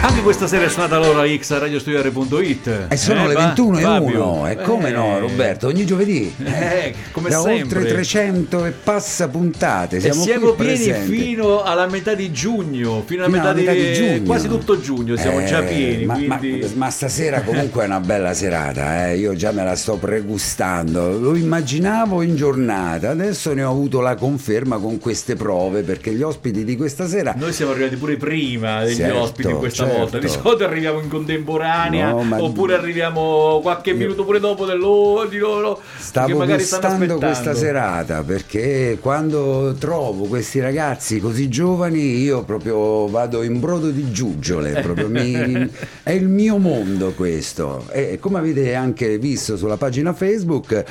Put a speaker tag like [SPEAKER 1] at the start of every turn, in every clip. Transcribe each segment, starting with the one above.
[SPEAKER 1] Anche questa sera è suonata l'ora X a radiostudio.it
[SPEAKER 2] E Eh, sono le 21 e 1, e come no Roberto, ogni giovedì.
[SPEAKER 1] Eh, come
[SPEAKER 2] da
[SPEAKER 1] sempre.
[SPEAKER 2] oltre 300 e passa puntate,
[SPEAKER 1] E
[SPEAKER 2] siamo,
[SPEAKER 1] siamo
[SPEAKER 2] qui
[SPEAKER 1] pieni
[SPEAKER 2] presenti.
[SPEAKER 1] fino alla metà di giugno, fino alla
[SPEAKER 2] Fino
[SPEAKER 1] metà,
[SPEAKER 2] alla metà di giugno.
[SPEAKER 1] quasi tutto giugno siamo
[SPEAKER 2] Eh,
[SPEAKER 1] già pieni,
[SPEAKER 2] ma, ma-
[SPEAKER 1] quindi
[SPEAKER 2] ma stasera comunque è una bella serata, eh, io già me la sto pregustando, lo immaginavo in giornata, adesso ne ho avuto la conferma con queste prove perché gli ospiti di questa sera
[SPEAKER 1] noi siamo arrivati pure prima degli
[SPEAKER 2] Certo,
[SPEAKER 1] ospiti questa
[SPEAKER 2] certo.
[SPEAKER 1] volta. Di solito arriviamo in contemporanea
[SPEAKER 2] No, ma-
[SPEAKER 1] oppure arriviamo qualche minuto pure dopo del loro- di loro che
[SPEAKER 2] Stavo
[SPEAKER 1] magari stanno
[SPEAKER 2] gustando
[SPEAKER 1] aspettando.
[SPEAKER 2] questa serata perché quando trovo questi ragazzi così giovani io proprio vado in brodo di giuggiole, proprio mi- è il mio mondo questo. E come avete anche visto sulla pagina Facebook,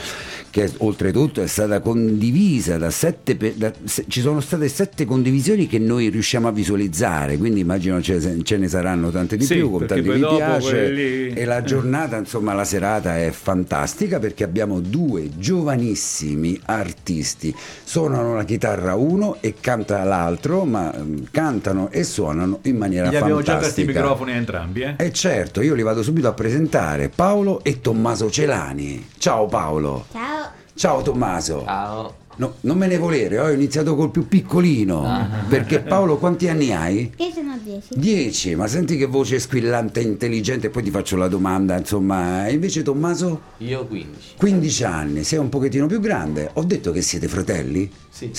[SPEAKER 2] che oltretutto è stata condivisa da sette, pe- da- se- ci sono state sette condivisioni che noi riusciamo a visualizzare, quindi immagino ce, ce ne saranno tante di
[SPEAKER 1] Sì,
[SPEAKER 2] più con
[SPEAKER 1] perché
[SPEAKER 2] tanti
[SPEAKER 1] poi
[SPEAKER 2] mi
[SPEAKER 1] dopo
[SPEAKER 2] piace
[SPEAKER 1] quelli-
[SPEAKER 2] e la giornata, insomma, la serata è fantastica perché abbiamo due giovanissimi artisti. Suonano la chitarra uno e canta l'altro, ma mm, cantano e suonano in maniera
[SPEAKER 1] Gli abbiamo già aperti i
[SPEAKER 2] fantastica.
[SPEAKER 1] microfoni a entrambi, eh?
[SPEAKER 2] E certo, io li vado subito a presentare, Paolo e Tommaso Celani. Ciao Paolo.
[SPEAKER 3] Ciao.
[SPEAKER 2] Ciao Tommaso.
[SPEAKER 4] Ciao,
[SPEAKER 2] No, non me ne volere, ho iniziato col più piccolino. Perché Paolo, quanti anni hai?
[SPEAKER 3] Io sono 10.
[SPEAKER 2] 10, ma senti che voce squillante e intelligente, poi ti faccio la domanda, insomma, e invece Tommaso,
[SPEAKER 4] io 15.
[SPEAKER 2] 15 anni, sei un pochettino più grande, ho detto che siete fratelli?
[SPEAKER 4] Sì.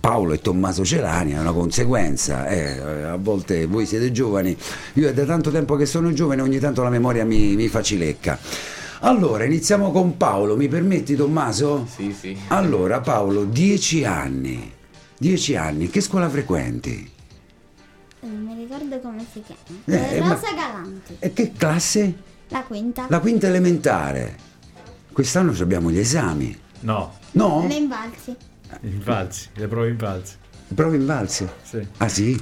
[SPEAKER 2] Paolo e Tommaso Celani è una conseguenza, eh, a volte voi siete giovani, io è da tanto tempo che sono giovane, ogni tanto la memoria mi, mi facilecca. Allora, iniziamo con Paolo, mi permetti Tommaso?
[SPEAKER 4] Sì, sì.
[SPEAKER 2] Allora Paolo, 10 anni, 10 anni, che scuola frequenti?
[SPEAKER 3] Non Eh, mi ricordo come si chiama.
[SPEAKER 2] Eh,
[SPEAKER 3] Eh,
[SPEAKER 2] ma-
[SPEAKER 3] Rosa Galanti.
[SPEAKER 2] E che classe?
[SPEAKER 3] La quinta.
[SPEAKER 2] La quinta elementare. Quest'anno ci abbiamo gli esami.
[SPEAKER 1] No,
[SPEAKER 2] No?
[SPEAKER 3] Le imbalzi.
[SPEAKER 1] invalsi, le prove invalsi.
[SPEAKER 2] Prove in valse.
[SPEAKER 1] Sì.
[SPEAKER 2] Ah sì?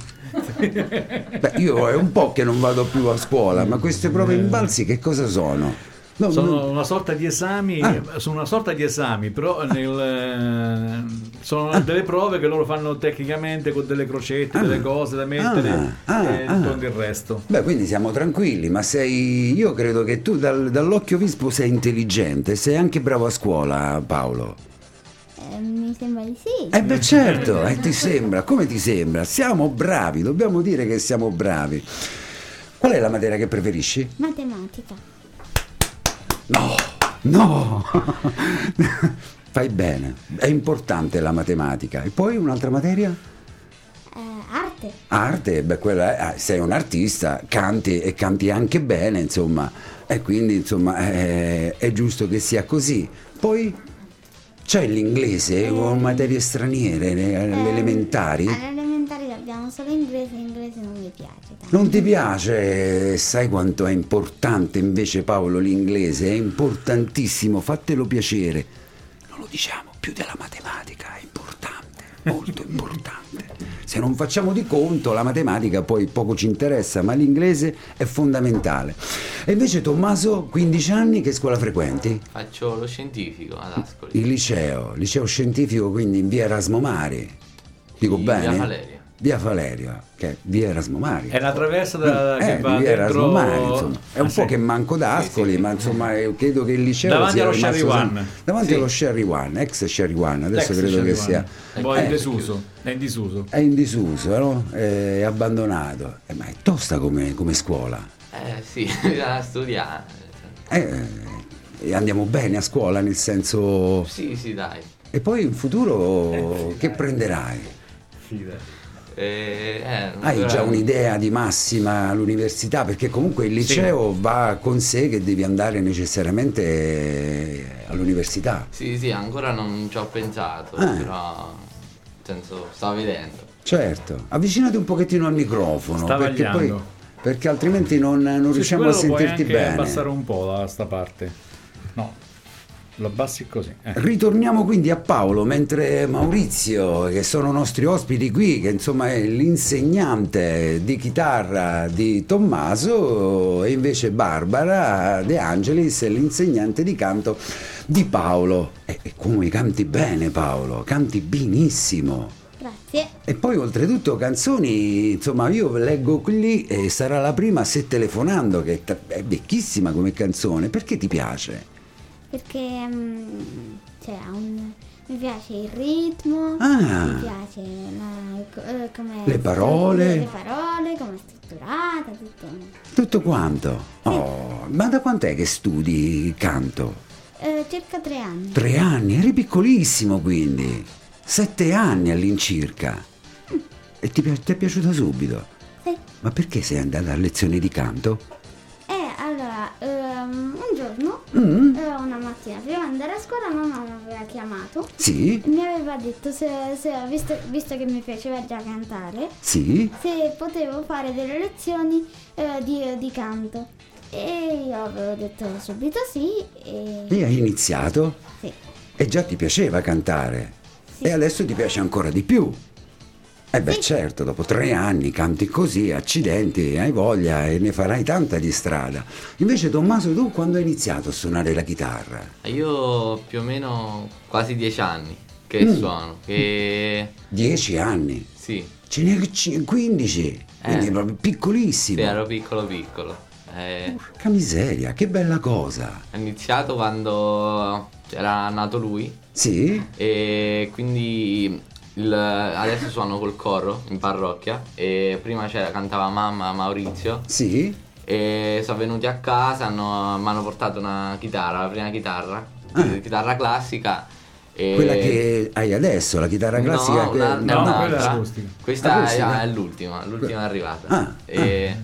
[SPEAKER 2] Beh, io è un po' che non vado più a scuola, ma queste prove in valsi che cosa sono? No,
[SPEAKER 1] Sono
[SPEAKER 2] no,
[SPEAKER 1] una sorta di esami,
[SPEAKER 2] Ah.
[SPEAKER 1] sono una sorta di esami, però nel, eh,
[SPEAKER 2] Ah.
[SPEAKER 1] sono delle prove che loro fanno tecnicamente con delle crocette, delle cose da mettere
[SPEAKER 2] Ah, ah,
[SPEAKER 1] e
[SPEAKER 2] ah.
[SPEAKER 1] tutto il resto.
[SPEAKER 2] Beh, quindi siamo tranquilli, ma sei. Io credo che tu dal- dall'occhio vispo sei intelligente, sei anche bravo a scuola, Paolo.
[SPEAKER 3] Eh, mi sembra di sì.
[SPEAKER 2] Eh beh certo, eh, ti sembra, come ti sembra? Siamo bravi, dobbiamo dire che siamo bravi. Qual è la materia che preferisci?
[SPEAKER 3] Matematica.
[SPEAKER 2] No, no. Fai bene, è importante la matematica. E poi un'altra materia?
[SPEAKER 3] Eh, arte.
[SPEAKER 2] Arte, beh, quella è- ah, sei un artista, canti e canti anche bene, insomma. E quindi, insomma, eh, è, giusto che sia così. Poi c'è l'inglese o materie straniere, le, le
[SPEAKER 3] Eh,
[SPEAKER 2] elementari?
[SPEAKER 3] Alle elementari abbiamo solo inglese e inglese non mi piace. tanto.
[SPEAKER 2] Non ti piace? Sai quanto è importante invece Paolo l'inglese? È importantissimo, fatelo piacere. Non lo diciamo più della matematica, è importante, molto importante. Se non facciamo di conto la matematica poi poco ci interessa, ma l'inglese è fondamentale. E invece Tommaso, 15 anni, che scuola frequenti?
[SPEAKER 4] Faccio lo scientifico ad Ascoli.
[SPEAKER 2] Il liceo, liceo scientifico quindi in via Erasmo Mari. Dico
[SPEAKER 4] In via
[SPEAKER 2] bene?
[SPEAKER 4] Valeria.
[SPEAKER 2] Via Valeria, che è via Erasmo Mari.
[SPEAKER 1] È la traversa da,
[SPEAKER 2] Eh,
[SPEAKER 1] che va
[SPEAKER 2] lui era
[SPEAKER 1] dentro
[SPEAKER 2] Somari, insomma. È un
[SPEAKER 1] Ah,
[SPEAKER 2] po'
[SPEAKER 1] sì.
[SPEAKER 2] che manco d'ascoli, ma insomma eh, credo che il liceo
[SPEAKER 1] Davanti
[SPEAKER 2] sia
[SPEAKER 1] allo
[SPEAKER 2] rimasto
[SPEAKER 1] Sherry
[SPEAKER 2] sem-
[SPEAKER 1] One.
[SPEAKER 2] Davanti
[SPEAKER 4] Sì.
[SPEAKER 2] allo Sherry One, ex Sherry One, adesso
[SPEAKER 1] Ex
[SPEAKER 2] credo
[SPEAKER 1] Sherry
[SPEAKER 2] che sia.
[SPEAKER 1] One. Poi è in
[SPEAKER 2] eh,
[SPEAKER 1] disuso, è in disuso.
[SPEAKER 2] è in disuso, no? È abbandonato. Eh, ma è tosta come, come scuola.
[SPEAKER 4] Eh sì, bisogna studiare.
[SPEAKER 2] Eh, e andiamo bene a scuola nel senso.
[SPEAKER 4] Sì, sì, dai.
[SPEAKER 2] E poi in
[SPEAKER 1] Eh.
[SPEAKER 2] futuro che prenderai?
[SPEAKER 4] Eh, eh, non
[SPEAKER 2] Hai
[SPEAKER 4] so-
[SPEAKER 2] già un'idea di massima all'università? Perché comunque il liceo va con sé che devi andare necessariamente eh, all'università.
[SPEAKER 4] Sì, sì, ancora non ci ho pensato,
[SPEAKER 2] Ah.
[SPEAKER 4] però... Nel senso, sto vedendo.
[SPEAKER 2] Certo, avvicinati un pochettino al microfono
[SPEAKER 1] Sta
[SPEAKER 2] perché
[SPEAKER 1] vagliando.
[SPEAKER 2] poi- perché altrimenti non, non
[SPEAKER 1] Sì,
[SPEAKER 2] riusciamo
[SPEAKER 1] quello
[SPEAKER 2] a
[SPEAKER 1] lo puoi
[SPEAKER 2] sentirti
[SPEAKER 1] anche
[SPEAKER 2] bene.
[SPEAKER 1] abbassare un po' da sta parte. No. Lo abbassi così. eh.
[SPEAKER 2] Ritorniamo quindi a Paolo, mentre Maurizio, che sono nostri ospiti qui, che insomma è l'insegnante di chitarra di Tommaso, e invece Barbara De Angelis è l'insegnante di canto di Paolo. E, e come canti bene Paolo, canti benissimo.
[SPEAKER 3] Grazie.
[SPEAKER 2] E poi oltretutto canzoni, insomma io leggo qui e sarà la prima se telefonando, che è ta- è vecchissima come canzone, perché ti piace?
[SPEAKER 3] Perché mm, cioè, ha un- mi piace il ritmo,
[SPEAKER 2] Ah.
[SPEAKER 3] mi piace la- co- eh, come
[SPEAKER 2] Le parole.
[SPEAKER 3] le parole, come è strutturata, tutto.
[SPEAKER 2] Tutto quanto? Oh, ma da quant'è che studi canto?
[SPEAKER 3] Eh, circa tre anni.
[SPEAKER 2] Tre anni, eri piccolissimo quindi. Sette anni all'incirca. Mm. E ti, pi- ti è piaciuta subito?
[SPEAKER 3] Sì.
[SPEAKER 2] Ma perché sei andata a lezioni di canto?
[SPEAKER 3] E allora, ehm, un giorno,
[SPEAKER 2] Mm.
[SPEAKER 3] eh, una mattina, prima di andare a scuola, mamma mi aveva chiamato
[SPEAKER 2] Sì?
[SPEAKER 3] e mi aveva detto, se, se- visto, visto che mi piaceva già cantare,
[SPEAKER 2] Sì?
[SPEAKER 3] se potevo fare delle lezioni eh, di, di canto. E io avevo detto subito sì e...
[SPEAKER 2] E hai iniziato?
[SPEAKER 3] Sì,
[SPEAKER 2] E già ti piaceva cantare?
[SPEAKER 3] Sì.
[SPEAKER 2] E adesso ti piace ancora di più? Eh beh
[SPEAKER 3] Sì.
[SPEAKER 2] certo, dopo tre anni canti così, accidenti, hai voglia e ne farai tanta di strada. Invece Tommaso, tu quando hai iniziato a suonare la chitarra?
[SPEAKER 4] Eh, Io più o meno quasi dieci anni che
[SPEAKER 2] Mm.
[SPEAKER 4] suono, che
[SPEAKER 2] Dieci anni,
[SPEAKER 4] sì,
[SPEAKER 2] ce n'è c- 15, quindi
[SPEAKER 4] Eh.
[SPEAKER 2] proprio piccolissimo.
[SPEAKER 4] sì, ero piccolo piccolo. Eh,
[SPEAKER 2] Porca miseria, che bella cosa.
[SPEAKER 4] ho iniziato quando era nato lui
[SPEAKER 2] Sì?
[SPEAKER 4] e quindi il- adesso suono col coro in parrocchia e prima c'era, cantava mamma Maurizio
[SPEAKER 2] Sì?
[SPEAKER 4] E sono venuti a casa, hanno- mi hanno portato una chitarra, la prima chitarra, eh, chitarra classica. E
[SPEAKER 2] Ah. Quella che hai adesso, la chitarra
[SPEAKER 4] Eh. No,
[SPEAKER 2] classica. che-
[SPEAKER 4] una-
[SPEAKER 1] no,
[SPEAKER 4] un'altra.
[SPEAKER 1] quella è acustica.
[SPEAKER 4] Questa
[SPEAKER 2] Acustica?
[SPEAKER 4] è, è l'ultima, l'ultima arrivata.
[SPEAKER 2] Ah,
[SPEAKER 4] E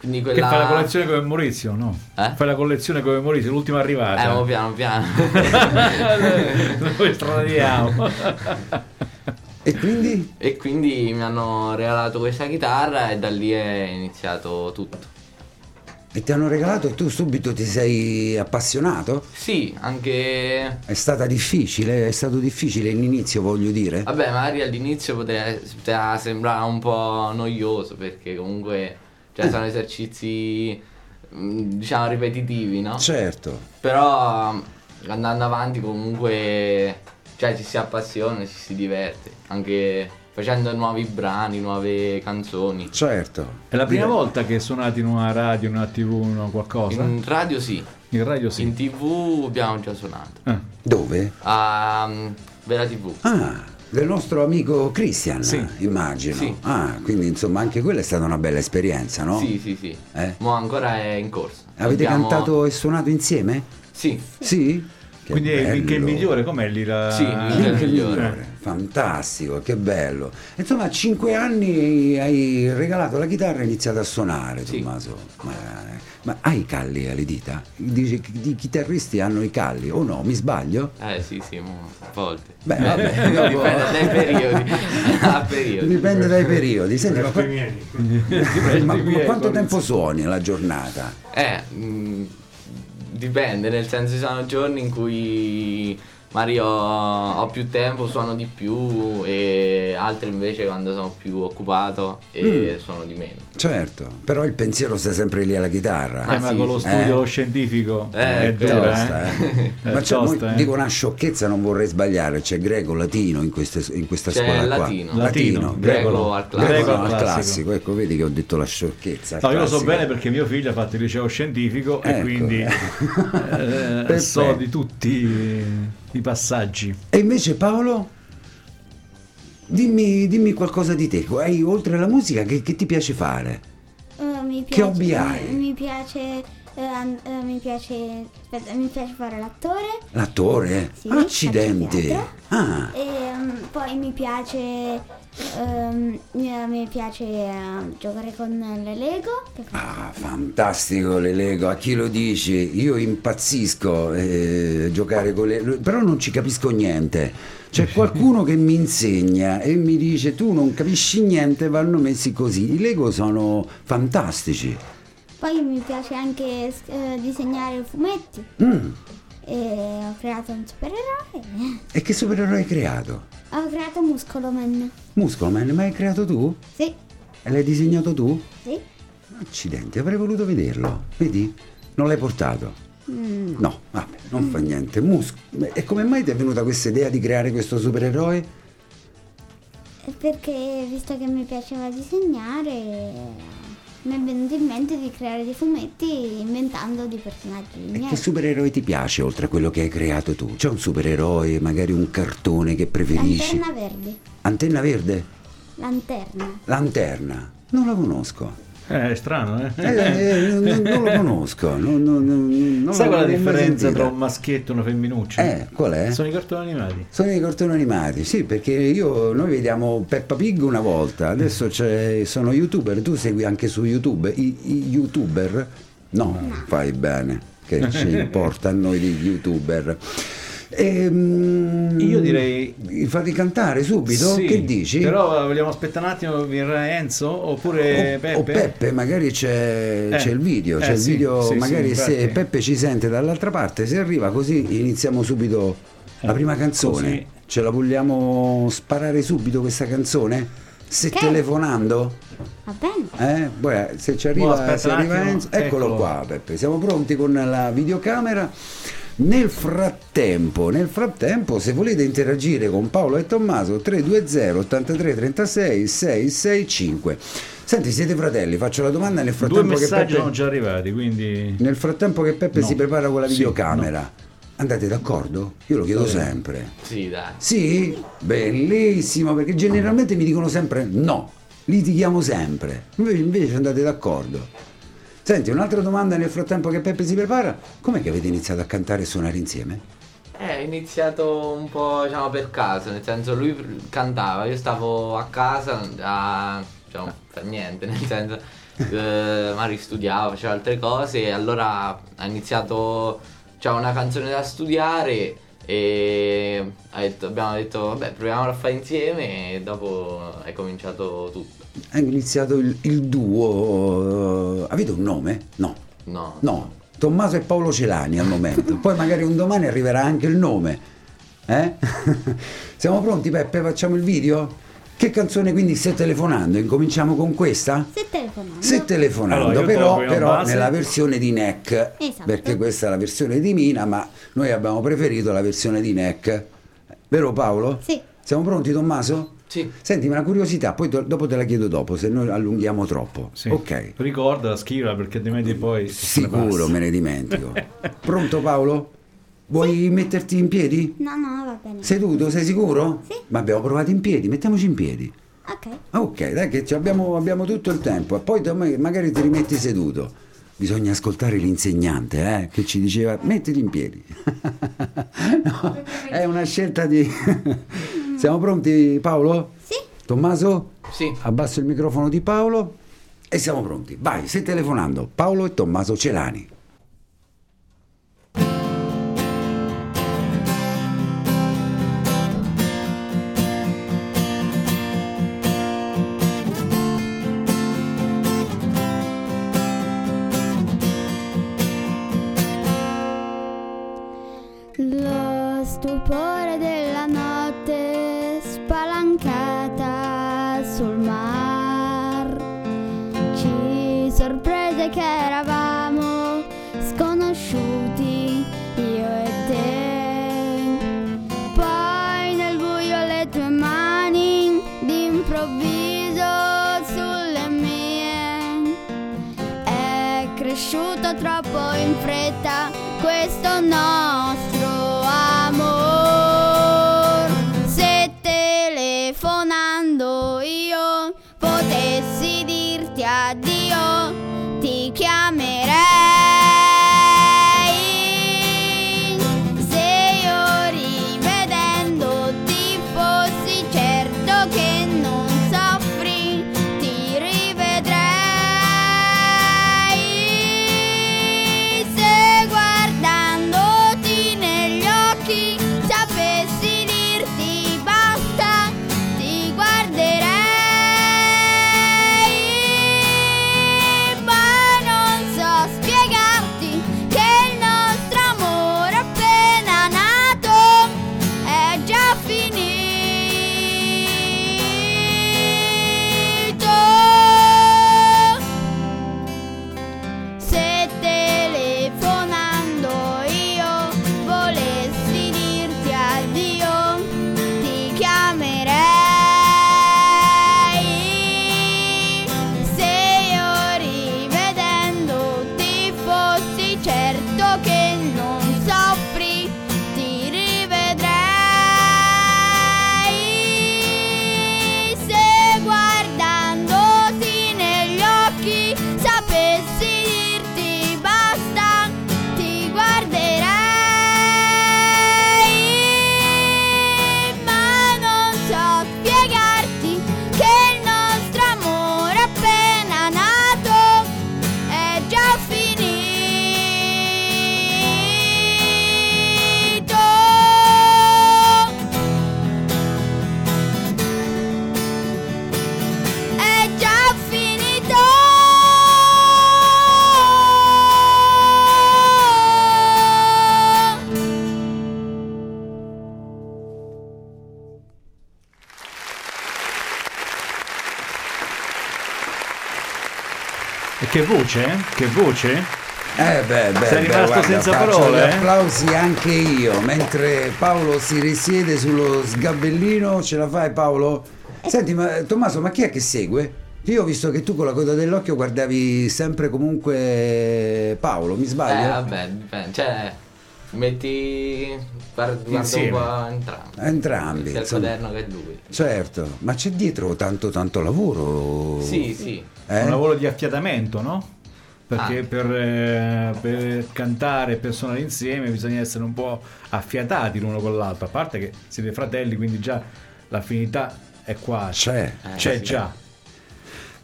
[SPEAKER 4] Quindi
[SPEAKER 1] Che
[SPEAKER 4] quella...
[SPEAKER 1] fai la collezione come Maurizio, no?
[SPEAKER 4] Eh?
[SPEAKER 1] Fai la collezione come Maurizio, l'ultima
[SPEAKER 4] Eh,
[SPEAKER 1] arrivata.
[SPEAKER 4] mo piano piano.
[SPEAKER 1] Noi stradiamo.
[SPEAKER 2] E quindi?
[SPEAKER 4] e quindi mi hanno regalato questa chitarra e da lì è iniziato tutto.
[SPEAKER 2] E ti hanno regalato e tu subito ti sei appassionato?
[SPEAKER 4] Sì, anche
[SPEAKER 2] È stata difficile, è stato difficile l'inizio, voglio dire.
[SPEAKER 4] Vabbè, magari all'inizio poteva, poteva sembrare un po' noioso perché comunque cioè, sono esercizi mh, diciamo ripetitivi, no?
[SPEAKER 2] Certo.
[SPEAKER 4] Però mh, andando avanti comunque cioè, ci si appassiona, ci si diverte, anche facendo nuovi brani, nuove canzoni.
[SPEAKER 2] Certo.
[SPEAKER 1] È la prima volta che suonate in una radio, in una tv, in una qualcosa?
[SPEAKER 4] In radio sì,
[SPEAKER 1] In radio sì.
[SPEAKER 4] in tv abbiamo già suonato.
[SPEAKER 1] Ah,
[SPEAKER 2] Dove?
[SPEAKER 4] A mh, Vera TV.
[SPEAKER 2] Ah, del nostro amico Christian,
[SPEAKER 1] Sì.
[SPEAKER 2] immagino.
[SPEAKER 4] Sì.
[SPEAKER 2] Ah, quindi insomma anche quella è stata una bella esperienza, no?
[SPEAKER 4] Sì, sì, sì.
[SPEAKER 2] Eh?
[SPEAKER 4] Mo ancora è in corso.
[SPEAKER 2] Avete
[SPEAKER 4] Abbiamo-
[SPEAKER 2] cantato e suonato insieme?
[SPEAKER 4] Sì.
[SPEAKER 2] Sì? Che
[SPEAKER 1] Quindi è il- che è il
[SPEAKER 2] bello.
[SPEAKER 1] migliore, com'è lì la... Ah,
[SPEAKER 4] Sì, Eh.
[SPEAKER 2] Il
[SPEAKER 4] il
[SPEAKER 2] migliore. Fantastico, che bello. Insomma, a 5 anni hai regalato la chitarra e hai iniziato a suonare,
[SPEAKER 4] Sì.
[SPEAKER 2] Tommaso. Ma, ma hai i calli alle dita? Dice che i chitarristi hanno i calli, o no? Mi sbaglio?
[SPEAKER 4] Eh sì, sì, mo- a volte.
[SPEAKER 2] Beh, vabbè, dopo-
[SPEAKER 4] Eh, Dipende dai periodi. a periodi.
[SPEAKER 2] Dipende dai periodi. Senti, ma,
[SPEAKER 5] Grazie miei.
[SPEAKER 2] ma- ma
[SPEAKER 1] miei,
[SPEAKER 2] quanto
[SPEAKER 1] Maurizio.
[SPEAKER 2] tempo suoni la giornata?
[SPEAKER 4] Eh, mh, dipende, nel senso ci sono giorni in cui Mario ho più tempo, suono di più e altri invece quando sono più occupato
[SPEAKER 2] Mm.
[SPEAKER 4] e suono di meno.
[SPEAKER 2] Certo, però il pensiero sta sempre lì alla chitarra.
[SPEAKER 1] Eh, ma
[SPEAKER 4] sì,
[SPEAKER 1] con lo
[SPEAKER 4] sì.
[SPEAKER 1] studio,
[SPEAKER 2] Eh?
[SPEAKER 1] lo scientifico
[SPEAKER 4] Eh,
[SPEAKER 1] è
[SPEAKER 4] quello
[SPEAKER 1] dura,
[SPEAKER 2] Tosta,
[SPEAKER 1] eh.
[SPEAKER 2] eh.
[SPEAKER 1] È
[SPEAKER 2] Ma c'è, mo-
[SPEAKER 1] tosta, eh.
[SPEAKER 2] dico una sciocchezza, non vorrei sbagliare. C'è greco, latino in, queste- in questa
[SPEAKER 4] C'è
[SPEAKER 2] scuola.
[SPEAKER 4] latino.
[SPEAKER 2] qua.
[SPEAKER 1] Latino, greco
[SPEAKER 4] al
[SPEAKER 2] greco
[SPEAKER 4] classico.
[SPEAKER 2] no, al
[SPEAKER 1] Greco al
[SPEAKER 2] classico. Ecco, vedi che ho detto la sciocchezza. al
[SPEAKER 1] No, io lo so
[SPEAKER 2] classico.
[SPEAKER 1] bene perché mio figlio ha fatto il liceo scientifico
[SPEAKER 2] Ecco.
[SPEAKER 1] e quindi eh, so
[SPEAKER 2] Perfetto.
[SPEAKER 1] di tutti i passaggi.
[SPEAKER 2] E invece, Paolo, dimmi, dimmi qualcosa di te. Hai, oltre alla musica, che, che ti piace fare?
[SPEAKER 3] Eh, mi
[SPEAKER 2] Che
[SPEAKER 3] piace,
[SPEAKER 2] hobby hai?
[SPEAKER 3] Mi, mi piace, eh, an- eh, mi piace, aspetta, mi piace fare l'attore
[SPEAKER 2] L'attore?
[SPEAKER 3] Sì, faccio
[SPEAKER 2] Accidenti.
[SPEAKER 3] teatro.
[SPEAKER 2] Ah,
[SPEAKER 3] e mm, poi mi piace, ehm, mi mi piace
[SPEAKER 5] ehm,
[SPEAKER 3] eh, giocare con le Lego. che fa-
[SPEAKER 2] Ah, fantastico le Lego, a chi lo dice? Io impazzisco eh, giocare con le però non ci capisco niente. C'è qualcuno che mi insegna e mi dice tu non capisci niente, vanno messi così. I Lego sono fantastici.
[SPEAKER 3] Poi mi piace anche eh, disegnare fumetti.
[SPEAKER 2] Mm,
[SPEAKER 3] E
[SPEAKER 5] e ho creato un supereroe.
[SPEAKER 2] E che supereroe hai creato?
[SPEAKER 5] Ho creato Muscolo Man.
[SPEAKER 2] Muscolo Man, ma hai creato tu?
[SPEAKER 5] Sì,
[SPEAKER 2] E l'hai disegnato tu?
[SPEAKER 5] sì.
[SPEAKER 2] Accidenti, avrei voluto vederlo. Vedi? Non l'hai portato.
[SPEAKER 5] Mm,
[SPEAKER 2] No, vabbè, non fa niente. Mus- e come mai ti è venuta questa idea di creare questo supereroe?
[SPEAKER 5] perché visto che mi piaceva disegnare, eh, mi è venuto in mente di creare dei fumetti inventando dei personaggi
[SPEAKER 2] E
[SPEAKER 5] miei.
[SPEAKER 2] che supereroe ti piace oltre a quello che hai creato tu? C'è un supereroe, magari un cartone che preferisci?
[SPEAKER 5] Lanterna verde.
[SPEAKER 2] Antenna verde?
[SPEAKER 5] Lanterna.
[SPEAKER 2] Lanterna? Non la conosco.
[SPEAKER 1] Eh, è strano, eh?
[SPEAKER 2] Eh, eh, non, non lo conosco. Non, non- non- non
[SPEAKER 1] Sai
[SPEAKER 2] l'ho
[SPEAKER 1] qual è la
[SPEAKER 2] mai
[SPEAKER 1] differenza
[SPEAKER 2] sentita.
[SPEAKER 1] tra un maschietto e una femminuccia?
[SPEAKER 2] Eh, qual è?
[SPEAKER 1] Sono i cartoni animati.
[SPEAKER 2] Sono i cartoni animati, sì, perché io, noi vediamo Peppa Pig una volta, adesso c'è, sono youtuber, tu segui anche su YouTube, i, i youtuber? No, fai bene, che ci importa a noi di youtuber. Ehm,
[SPEAKER 1] Io direi-
[SPEAKER 2] Fatti cantare subito,
[SPEAKER 1] Sì,
[SPEAKER 2] che dici?
[SPEAKER 1] Però eh, vogliamo aspettare un attimo, verrà Enzo oppure
[SPEAKER 2] O-
[SPEAKER 1] Peppe?
[SPEAKER 2] O Oh, Peppe, magari c'è,
[SPEAKER 1] Eh,
[SPEAKER 2] c'è il video,
[SPEAKER 1] eh,
[SPEAKER 2] c'è il
[SPEAKER 1] sì,
[SPEAKER 2] video,
[SPEAKER 1] sì, sì,
[SPEAKER 2] magari se
[SPEAKER 1] infatti.
[SPEAKER 2] Peppe ci sente dall'altra parte, se arriva così iniziamo subito la
[SPEAKER 1] Eh,
[SPEAKER 2] prima canzone.
[SPEAKER 1] così.
[SPEAKER 2] Ce la vogliamo sparare subito questa canzone? Se
[SPEAKER 5] Che?
[SPEAKER 2] telefonando?
[SPEAKER 5] Va bene.
[SPEAKER 2] Eh? Poi, se ci arriva,
[SPEAKER 1] Oh, aspetta
[SPEAKER 2] se
[SPEAKER 1] un
[SPEAKER 2] arriva
[SPEAKER 1] attimo. Ecco.
[SPEAKER 2] Enzo- Eccolo,
[SPEAKER 1] Eccolo.
[SPEAKER 2] qua Peppe, siamo pronti con la videocamera. Nel frattempo, nel frattempo, se volete interagire con Paolo e Tommaso 320 83 36 665. Senti, siete fratelli, faccio la domanda nel
[SPEAKER 1] Due
[SPEAKER 2] frattempo che
[SPEAKER 1] messaggi sono
[SPEAKER 2] Peppe,
[SPEAKER 1] già arrivati, quindi...
[SPEAKER 2] nel frattempo che Peppe
[SPEAKER 1] No.
[SPEAKER 2] si prepara con la
[SPEAKER 1] Sì, Eh.
[SPEAKER 2] videocamera. Andate d'accordo? Io lo chiedo sempre.
[SPEAKER 4] Sì, dai.
[SPEAKER 2] Sì, bellissimo, perché generalmente mi dicono sempre no, litighiamo sempre. Voi invece andate d'accordo. Senti, un'altra domanda nel frattempo che Peppe si prepara. Com'è che avete iniziato a cantare e suonare insieme?
[SPEAKER 4] Eh, ho iniziato un po', diciamo, per caso, nel senso lui pr- cantava, io stavo a casa, a, diciamo, per niente, nel senso, eh, magari studiavo, facevo altre cose e allora ho iniziato, c'era una canzone da studiare e ha detto- abbiamo detto, vabbè, proviamola a fare insieme e dopo è cominciato tutto.
[SPEAKER 2] Ha iniziato il, il duo. eh, Avete un nome? No,
[SPEAKER 4] No.
[SPEAKER 2] no. Tommaso e Paolo Celani al momento. Poi magari un domani arriverà anche il nome. Eh? Siamo pronti Peppe? Facciamo il video? Che canzone quindi stai telefonando? Incominciamo con questa?
[SPEAKER 5] Se telefonando.
[SPEAKER 2] Se telefonando,
[SPEAKER 1] Allora, io
[SPEAKER 2] però,
[SPEAKER 1] tolgo in
[SPEAKER 2] però
[SPEAKER 1] base-
[SPEAKER 2] nella versione di NEC,
[SPEAKER 5] Esatto.
[SPEAKER 2] perché questa è la versione di Mina, ma noi abbiamo preferito la versione di NEC. Vero Paolo?
[SPEAKER 5] Sì.
[SPEAKER 2] Siamo pronti Tommaso?
[SPEAKER 4] Sì.
[SPEAKER 2] Senti, ma una curiosità, poi to- dopo te la chiedo dopo, se noi allunghiamo troppo.
[SPEAKER 1] Sì.
[SPEAKER 2] Ok.
[SPEAKER 1] Ricordala, scrivila perché altrimenti poi...
[SPEAKER 2] Sicuro me ne dimentico. Pronto Paolo? Vuoi metterti in piedi?
[SPEAKER 5] No, no, va bene.
[SPEAKER 2] Seduto, sei sicuro?
[SPEAKER 5] Sì.
[SPEAKER 2] Ma abbiamo provato in piedi, mettiamoci in piedi.
[SPEAKER 5] Ok.
[SPEAKER 2] Ah, Ok, dai che ci abbiamo, abbiamo tutto il tempo e poi te- magari ti rimetti seduto. Bisogna ascoltare l'insegnante eh, che ci diceva mettiti in piedi. No, è una scelta di... Siamo pronti Paolo?
[SPEAKER 5] Sì.
[SPEAKER 2] Tommaso?
[SPEAKER 4] Sì.
[SPEAKER 2] Abbasso il microfono di Paolo e siamo pronti. Vai, stai telefonando. Paolo e Tommaso Celani.
[SPEAKER 5] Lo stupore della notte spalancata sul mar ci sorprese che eravamo sconosciuti io e te. Poi nel buio le tue mani d'improvviso sulle mie è cresciuto troppo in fretta questo nostro amor. Se telefonando io potessi dirti addio, ti chiamerei. Se io rivedendo ti fossi certo che non soffri, ti rivedrei. Se guardandoti nei certo
[SPEAKER 1] E che voce, eh? che voce?
[SPEAKER 2] Eh beh, beh,
[SPEAKER 1] Sei
[SPEAKER 2] beh,
[SPEAKER 1] rimasto
[SPEAKER 2] guarda,
[SPEAKER 1] senza
[SPEAKER 2] faccio
[SPEAKER 1] parole,
[SPEAKER 2] gli
[SPEAKER 1] eh?
[SPEAKER 2] applausi anche io, mentre Paolo si risiede sullo sgabellino, ce la fai Paolo? Senti, ma Tommaso, ma chi è che segue? Io ho visto che tu con la coda dell'occhio guardavi sempre comunque Paolo, mi
[SPEAKER 4] Eh,
[SPEAKER 2] sbaglio?
[SPEAKER 4] vabbè, dipende. Cioè, metti. guard- Guardo un
[SPEAKER 1] Insieme.
[SPEAKER 4] po' entrambi.
[SPEAKER 2] Entrambi,
[SPEAKER 4] Sia il
[SPEAKER 2] Eh, insomma.
[SPEAKER 4] quaderno che lui.
[SPEAKER 2] Certo, ma c'è dietro tanto tanto lavoro.
[SPEAKER 4] Sì, sì.
[SPEAKER 2] Eh?
[SPEAKER 1] Un lavoro di affiatamento, no? Perché
[SPEAKER 4] Ah.
[SPEAKER 1] per, eh, per cantare e per suonare insieme bisogna essere un po' affiatati l'uno con l'altro, a parte che siete fratelli, quindi già l'affinità è qua.
[SPEAKER 2] C'è.
[SPEAKER 4] Eh,
[SPEAKER 1] C'è
[SPEAKER 4] sì.
[SPEAKER 1] già.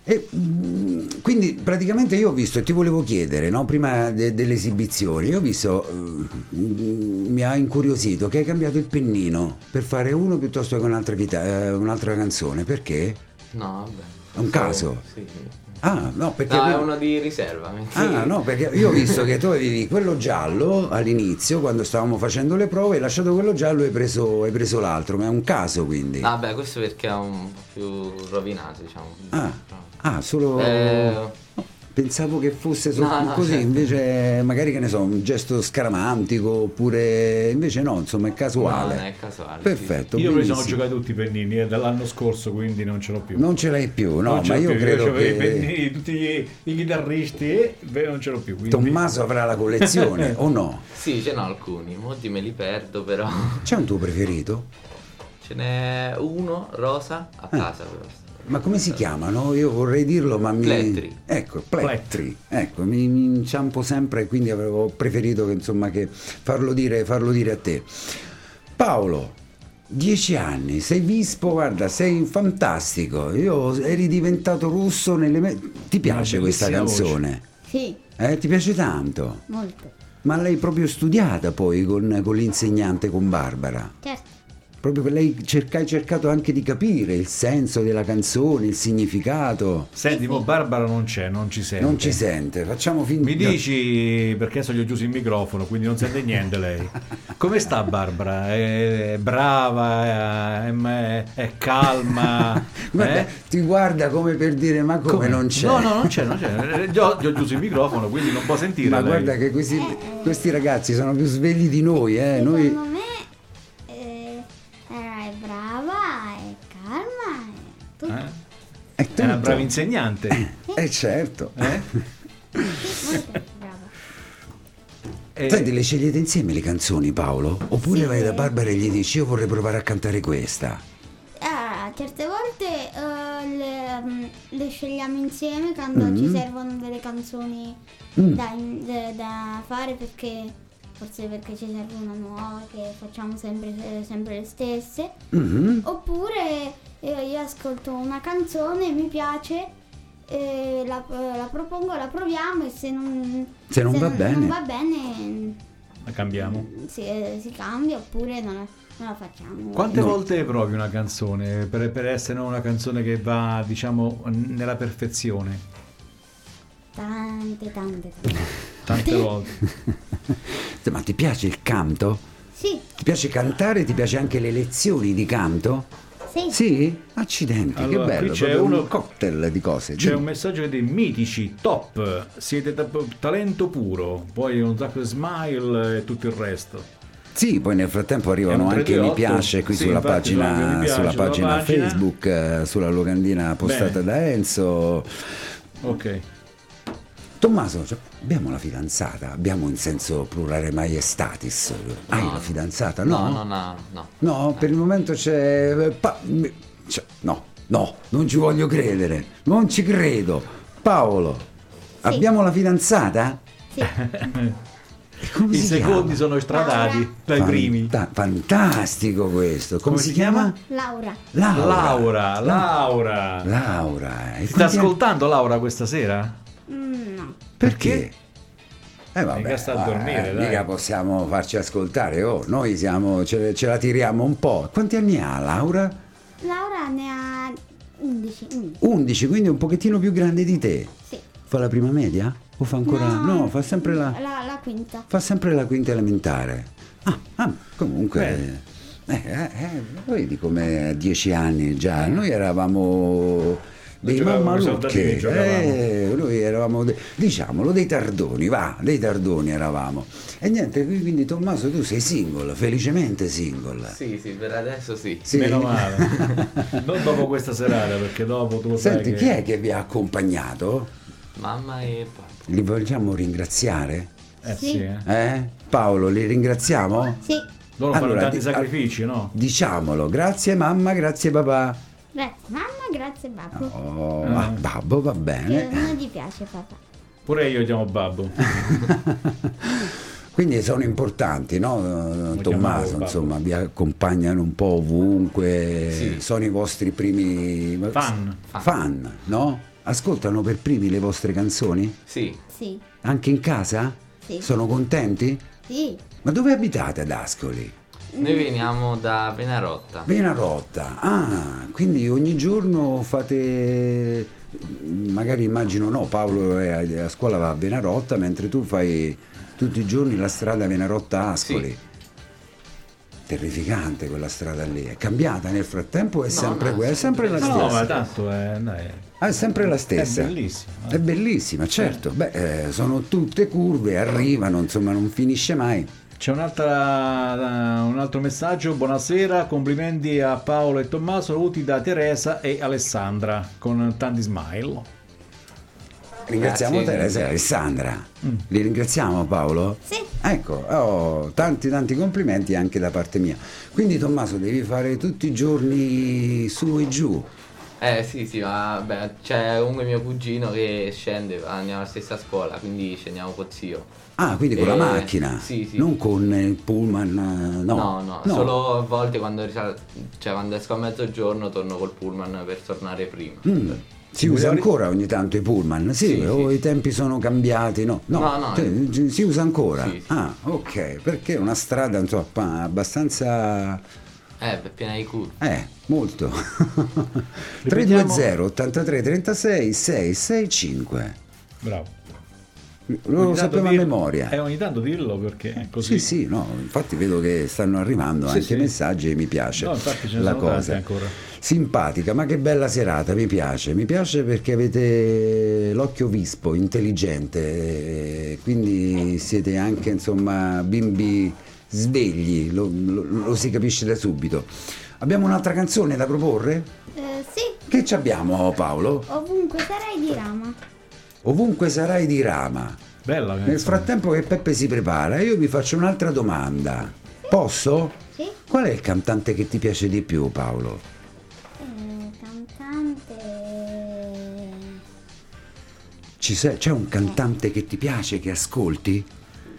[SPEAKER 2] E, mm, quindi praticamente io ho visto, e ti volevo chiedere, no, prima de- delle esibizioni, io ho visto, mm, mi ha incuriosito che hai cambiato il pennino per fare uno piuttosto che un'altra, chita- eh, un'altra canzone, perché?
[SPEAKER 4] No, vabbè.
[SPEAKER 2] È un caso?
[SPEAKER 4] Sì.
[SPEAKER 2] Ah, no, perché...
[SPEAKER 4] No, è
[SPEAKER 2] avevo-
[SPEAKER 4] uno di riserva. metti-
[SPEAKER 2] Ah no, perché io ho visto che tu avevi quello giallo all'inizio quando stavamo facendo le prove, hai lasciato quello giallo e hai preso, hai preso l'altro, ma è un caso quindi.
[SPEAKER 4] Ah, beh, questo perché è un po' più rovinato, diciamo.
[SPEAKER 2] Ah, ah, solo...
[SPEAKER 4] Eh,
[SPEAKER 2] Pensavo che fosse sol-
[SPEAKER 4] No, no,
[SPEAKER 2] così,
[SPEAKER 4] certo.
[SPEAKER 2] invece magari che ne so, un gesto scaramantico oppure invece no, insomma è casuale.
[SPEAKER 4] No, no, è casuale,
[SPEAKER 2] Perfetto.
[SPEAKER 1] Io invece
[SPEAKER 2] benissimo.
[SPEAKER 1] ho giocato tutti i pennini eh, dall'anno scorso, quindi non ce l'ho più.
[SPEAKER 2] Non ce l'hai più, no,
[SPEAKER 1] Non ce
[SPEAKER 2] ma
[SPEAKER 1] l'ho
[SPEAKER 2] io
[SPEAKER 1] più,
[SPEAKER 2] credo
[SPEAKER 1] c'avevo
[SPEAKER 2] che
[SPEAKER 1] i pennini, tutti i, i chitarristi, eh, beh, non ce l'ho più. Quindi...
[SPEAKER 2] Tommaso avrà la collezione o no?
[SPEAKER 4] sì, ce n'ho alcuni. Molti me li perdo, però.
[SPEAKER 2] C'è un tuo preferito?
[SPEAKER 4] Ce n'è uno rosa
[SPEAKER 2] Ah.
[SPEAKER 4] a casa, però.
[SPEAKER 2] Ma come si chiamano? Io vorrei dirlo, ma mi.
[SPEAKER 4] Plettri.
[SPEAKER 2] Ecco, plettri. Ecco, mi, mi inciampo sempre, quindi avevo preferito che, insomma, che farlo, dire, farlo dire a te. Paolo, dieci anni, sei bispo, guarda, sei fantastico. Io eri diventato russo nelle. me- Ti piace
[SPEAKER 1] Una
[SPEAKER 2] questa
[SPEAKER 1] bellissima voce.
[SPEAKER 2] canzone?
[SPEAKER 3] Sì,
[SPEAKER 2] Eh, ti piace tanto?
[SPEAKER 3] molto.
[SPEAKER 2] Ma l'hai proprio studiata poi con, con l'insegnante, con Barbara?
[SPEAKER 3] Certo.
[SPEAKER 2] Proprio per lei cerca- hai cercato anche di capire il senso della canzone, il significato.
[SPEAKER 1] Senti, mo Barbara non c'è, non ci sente.
[SPEAKER 2] Non ci sente, facciamo finta.
[SPEAKER 1] Mi dici perché adesso gli ho chiuso il microfono, quindi non sente niente lei. Come sta Barbara? È è brava, è, è- è calma.
[SPEAKER 2] Guarda,
[SPEAKER 1] eh?
[SPEAKER 2] ti guarda come per dire: Ma come,
[SPEAKER 1] Come?
[SPEAKER 2] non c'è?
[SPEAKER 1] No, no, non c'è, non c'è. Gli ho, gli ho chiuso il microfono, quindi non può sentire.
[SPEAKER 2] Ma
[SPEAKER 1] lei.
[SPEAKER 2] guarda che questi, questi ragazzi sono più svegli di noi, eh. Noi...
[SPEAKER 3] Secondo me eh, era- è brava, è calma, è tutto.
[SPEAKER 1] Eh?
[SPEAKER 2] È,
[SPEAKER 1] È una
[SPEAKER 2] tutto.
[SPEAKER 1] brava insegnante.
[SPEAKER 2] Eh, certo.
[SPEAKER 1] eh?
[SPEAKER 3] Molto brava.
[SPEAKER 1] E-
[SPEAKER 2] Senti, le scegliete insieme le canzoni, Paolo? Oppure
[SPEAKER 3] Sì.
[SPEAKER 2] vai da Barbara e gli dici: Io vorrei provare a cantare questa.
[SPEAKER 3] Allora, certe volte eh, le, mm, le scegliamo insieme quando ci
[SPEAKER 2] Mm-hmm.
[SPEAKER 3] servono delle canzoni
[SPEAKER 2] Mm.
[SPEAKER 3] da, da- da fare perché forse perché ci serve una nuova che facciamo sempre, eh, sempre le stesse.
[SPEAKER 2] Mhm.
[SPEAKER 3] Oppure eh, io ascolto una canzone, mi piace, eh, la, eh, la propongo, la proviamo e se non,
[SPEAKER 2] Se non va bene.
[SPEAKER 3] non va bene,
[SPEAKER 1] La Eh, cambiamo.
[SPEAKER 3] mm, si, eh, si cambia oppure non la, non la facciamo.
[SPEAKER 1] Quante volte provi una canzone per, per essere una canzone che va, diciamo, nella perfezione?
[SPEAKER 3] Tante, tante, tante.
[SPEAKER 1] Tante volte.
[SPEAKER 2] Ma ti piace il canto?
[SPEAKER 3] Sì,
[SPEAKER 2] Ti piace cantare? Ti piace anche le lezioni di canto?
[SPEAKER 3] sì.
[SPEAKER 2] Sì? Accidenti,
[SPEAKER 1] Allora,
[SPEAKER 2] che bello.
[SPEAKER 1] qui c'è
[SPEAKER 2] proprio
[SPEAKER 1] uno-
[SPEAKER 2] un cocktail di cose.
[SPEAKER 1] C'è
[SPEAKER 2] Dimmi.
[SPEAKER 1] un messaggio che dice mitici, top, siete ta- talento puro, poi un sacco di smile e tutto il resto.
[SPEAKER 2] Sì, poi nel frattempo arrivano
[SPEAKER 1] È un
[SPEAKER 2] anche mi
[SPEAKER 1] 338.
[SPEAKER 2] piace qui
[SPEAKER 1] Sì,
[SPEAKER 2] sulla,
[SPEAKER 1] infatti, sono anche
[SPEAKER 2] pagina,
[SPEAKER 1] mi piace
[SPEAKER 2] sulla
[SPEAKER 1] sulla
[SPEAKER 2] pagina
[SPEAKER 1] pagina.
[SPEAKER 2] Facebook, eh, sulla locandina postata
[SPEAKER 1] Bene.
[SPEAKER 2] da Enzo.
[SPEAKER 1] Ok.
[SPEAKER 2] Tommaso, cioè, abbiamo la fidanzata, abbiamo in senso plurale maiestatis. Hai
[SPEAKER 4] No.
[SPEAKER 2] la fidanzata?
[SPEAKER 4] No, no, no, no.
[SPEAKER 2] No, per il momento c'è. eh, Pa- mi- cioè, no, no, non ci voglio credere, non ci credo. Paolo, abbiamo la fidanzata?
[SPEAKER 3] Sì.
[SPEAKER 2] E come
[SPEAKER 1] I
[SPEAKER 2] si
[SPEAKER 1] secondi
[SPEAKER 2] chiama?
[SPEAKER 1] sono estradati dai
[SPEAKER 2] Fanta-
[SPEAKER 1] primi.
[SPEAKER 2] fantastico questo. Come, si, chiama?
[SPEAKER 3] Laura,
[SPEAKER 2] Laura. Eh,
[SPEAKER 1] Laura, Laura.
[SPEAKER 2] Laura. E
[SPEAKER 1] Ti sta
[SPEAKER 2] quindi-
[SPEAKER 1] ascoltando Laura questa sera?
[SPEAKER 3] Mm, no.
[SPEAKER 2] Perché? Eh vabbè,
[SPEAKER 1] Mica sta a
[SPEAKER 2] vabbè,
[SPEAKER 1] dormire,
[SPEAKER 2] eh,
[SPEAKER 1] dai.
[SPEAKER 2] mica possiamo farci ascoltare, oh, noi siamo, ce, ce la tiriamo un po'. Quanti anni ha Laura?
[SPEAKER 3] Laura ne ha 11. 11.
[SPEAKER 2] 11, quindi un pochettino più grande di te.
[SPEAKER 3] Sì.
[SPEAKER 2] Fa la prima media? O fa ancora? No, fa sempre la,
[SPEAKER 3] La, la quinta.
[SPEAKER 2] fa sempre la quinta elementare. Ah, ah, comunque. Eh, eh, eh, vedi come a dieci anni già, noi eravamo dei
[SPEAKER 1] Eh. giocavamo con i
[SPEAKER 2] mammalucche.
[SPEAKER 1] soldatini, giocavamo.
[SPEAKER 2] Eh, noi eravamo, de- diciamolo, dei tardoni, va, dei tardoni eravamo. E niente, qui- quindi Tommaso tu sei single, felicemente single.
[SPEAKER 4] Sì, sì, per adesso sì.
[SPEAKER 2] Sì.
[SPEAKER 1] Meno male. non dopo questa serata, perché dopo tu lo
[SPEAKER 2] Senti,
[SPEAKER 1] sai.
[SPEAKER 2] chi è che vi ha accompagnato?
[SPEAKER 4] Mamma e papà.
[SPEAKER 2] Li vogliamo ringraziare?
[SPEAKER 1] Eh sì, eh.
[SPEAKER 2] Eh? Paolo, li ringraziamo?
[SPEAKER 3] Sì,
[SPEAKER 1] Loro fanno
[SPEAKER 2] Allora,
[SPEAKER 1] tanti
[SPEAKER 2] di-
[SPEAKER 1] sacrifici, no?
[SPEAKER 2] Diciamolo, grazie mamma, grazie papà.
[SPEAKER 3] grazie mamma, grazie babbo.
[SPEAKER 2] Oh,
[SPEAKER 1] Eh.
[SPEAKER 2] ma babbo va
[SPEAKER 3] Che
[SPEAKER 2] bene.
[SPEAKER 3] non ti piace papà.
[SPEAKER 1] Pure io chiamo Babbo.
[SPEAKER 2] Quindi sono importanti, no?
[SPEAKER 1] chiamavo
[SPEAKER 2] eh, Tommaso,
[SPEAKER 1] babbo.
[SPEAKER 2] insomma, vi accompagnano un po' ovunque,
[SPEAKER 4] Sì.
[SPEAKER 2] sono i vostri primi
[SPEAKER 1] Fan.
[SPEAKER 2] fan, no? Ascoltano per primi le vostre canzoni?
[SPEAKER 4] Sì,
[SPEAKER 3] Sì,
[SPEAKER 2] Anche in casa?
[SPEAKER 3] Sì.
[SPEAKER 2] Sono contenti?
[SPEAKER 3] sì.
[SPEAKER 2] Ma dove abitate ad Ascoli?
[SPEAKER 4] noi veniamo da Venarotta.
[SPEAKER 2] Bena rotta. Ah, quindi ogni giorno fate magari immagino no, Paolo è a- a scuola va a Benarotta mentre tu fai tutti i giorni la strada Benarotta Ascoli.
[SPEAKER 4] Sì.
[SPEAKER 2] Terrificante quella strada lì, è cambiata nel frattempo, è
[SPEAKER 4] No,
[SPEAKER 2] sempre
[SPEAKER 4] no,
[SPEAKER 2] quella, è sempre la
[SPEAKER 4] sempre-
[SPEAKER 1] Ma no,
[SPEAKER 2] stessa.
[SPEAKER 1] ma tanto è, dai,
[SPEAKER 2] Ah, è sempre la stessa.
[SPEAKER 1] è bellissimo. eh.
[SPEAKER 2] È bellissima, certo. Beh, eh, sono tutte curve, arrivano, insomma, non finisce mai.
[SPEAKER 1] C'è un'altra, un altro messaggio. Buonasera, complimenti a Paolo e Tommaso, saluti da Teresa e Alessandra con tanti smile.
[SPEAKER 2] Ringraziamo
[SPEAKER 4] Grazie.
[SPEAKER 2] Teresa e Alessandra. Li ringraziamo Paolo?
[SPEAKER 3] Sì.
[SPEAKER 2] Ecco, oh, tanti tanti complimenti anche da parte mia. Quindi Tommaso devi fare tutti i giorni su e giù.
[SPEAKER 4] Eh sì, sì, ma beh, c'è comunque mio cugino che scende, andiamo alla stessa scuola, quindi scendiamo con zio.
[SPEAKER 2] Ah, quindi con la
[SPEAKER 4] Eh,
[SPEAKER 2] macchina,
[SPEAKER 4] sì, sì.
[SPEAKER 2] non con il pullman, eh, no.
[SPEAKER 4] no, solo a volte quando, risal- cioè, quando esco a mezzogiorno torno col pullman per tornare prima.
[SPEAKER 2] Mm, Si usa ancora ogni tanto i pullman? Sì,
[SPEAKER 4] Sì,
[SPEAKER 2] o
[SPEAKER 4] sì.
[SPEAKER 2] i tempi sono cambiati, no?
[SPEAKER 4] No, no,
[SPEAKER 2] cioè,
[SPEAKER 4] eh.
[SPEAKER 2] si usa ancora?
[SPEAKER 4] Sì, sì.
[SPEAKER 2] Ah, ok, perché è una strada insomma, abbastanza
[SPEAKER 4] Eh, per piena di culo.
[SPEAKER 2] Eh, molto.
[SPEAKER 1] Ripetiamo.
[SPEAKER 2] 320 83 36 665.
[SPEAKER 1] Bravo.
[SPEAKER 2] Lo
[SPEAKER 1] Ogni tanto
[SPEAKER 2] sappiamo a
[SPEAKER 1] dir-
[SPEAKER 2] memoria.
[SPEAKER 1] Eh, ogni tanto dirlo perché è così.
[SPEAKER 2] Sì, sì, no, infatti vedo che stanno arrivando
[SPEAKER 1] Sì,
[SPEAKER 2] anche
[SPEAKER 1] sì.
[SPEAKER 2] messaggi e mi piace
[SPEAKER 1] No, infatti ce ne
[SPEAKER 2] la
[SPEAKER 1] sono tanti
[SPEAKER 2] cosa.
[SPEAKER 1] ancora.
[SPEAKER 2] Simpatica, ma che bella serata, mi piace, mi piace perché avete l'occhio vispo, intelligente, eh, quindi siete anche insomma bimbi svegli, lo- lo- lo si capisce da subito. Abbiamo un'altra canzone da proporre?
[SPEAKER 3] Eh, sì,
[SPEAKER 2] Che ci abbiamo Paolo?
[SPEAKER 3] ovunque sarai di rama.
[SPEAKER 2] Ovunque sarai di rama.
[SPEAKER 1] Bella.
[SPEAKER 2] Nel
[SPEAKER 1] insomma.
[SPEAKER 2] frattempo che Peppe si prepara, io vi faccio un'altra domanda. Posso?
[SPEAKER 3] Sì.
[SPEAKER 2] Qual è il cantante che ti piace di più, Paolo?
[SPEAKER 3] Eh, cantante.
[SPEAKER 2] Ci sei- c'è un cantante che ti piace, che ascolti?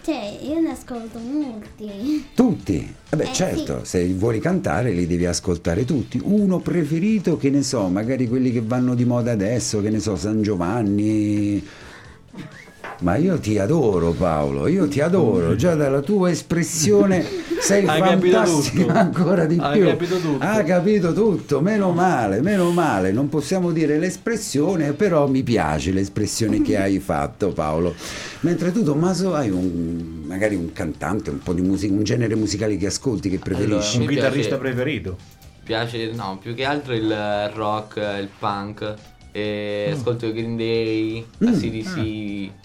[SPEAKER 3] Cioè, io ne ascolto molti.
[SPEAKER 2] Tutti? Vabbè,
[SPEAKER 3] Eh,
[SPEAKER 2] certo, se vuoi cantare li devi ascoltare tutti. Uno preferito, che ne so, magari quelli che vanno di moda adesso, che ne so, San Giovanni. Ma io ti adoro Paolo, io ti adoro, già dalla tua espressione sei
[SPEAKER 1] Hai capito
[SPEAKER 2] fantastico
[SPEAKER 1] tutto.
[SPEAKER 2] ancora di
[SPEAKER 1] Hai
[SPEAKER 2] più. Ah,
[SPEAKER 1] capito tutto.
[SPEAKER 2] Ha capito tutto, meno male, meno male, non possiamo dire l'espressione, però mi piace l'espressione che hai fatto Paolo. Mentre tu Tommaso hai un, magari un cantante, un po' di musica, un genere musicale che ascolti, che preferisci?
[SPEAKER 1] Un
[SPEAKER 4] Mi piace-
[SPEAKER 1] chitarrista preferito.
[SPEAKER 4] Piace, no, più che altro il rock, il punk.
[SPEAKER 2] Mm.
[SPEAKER 4] E ascolto i Green Day, la CDC,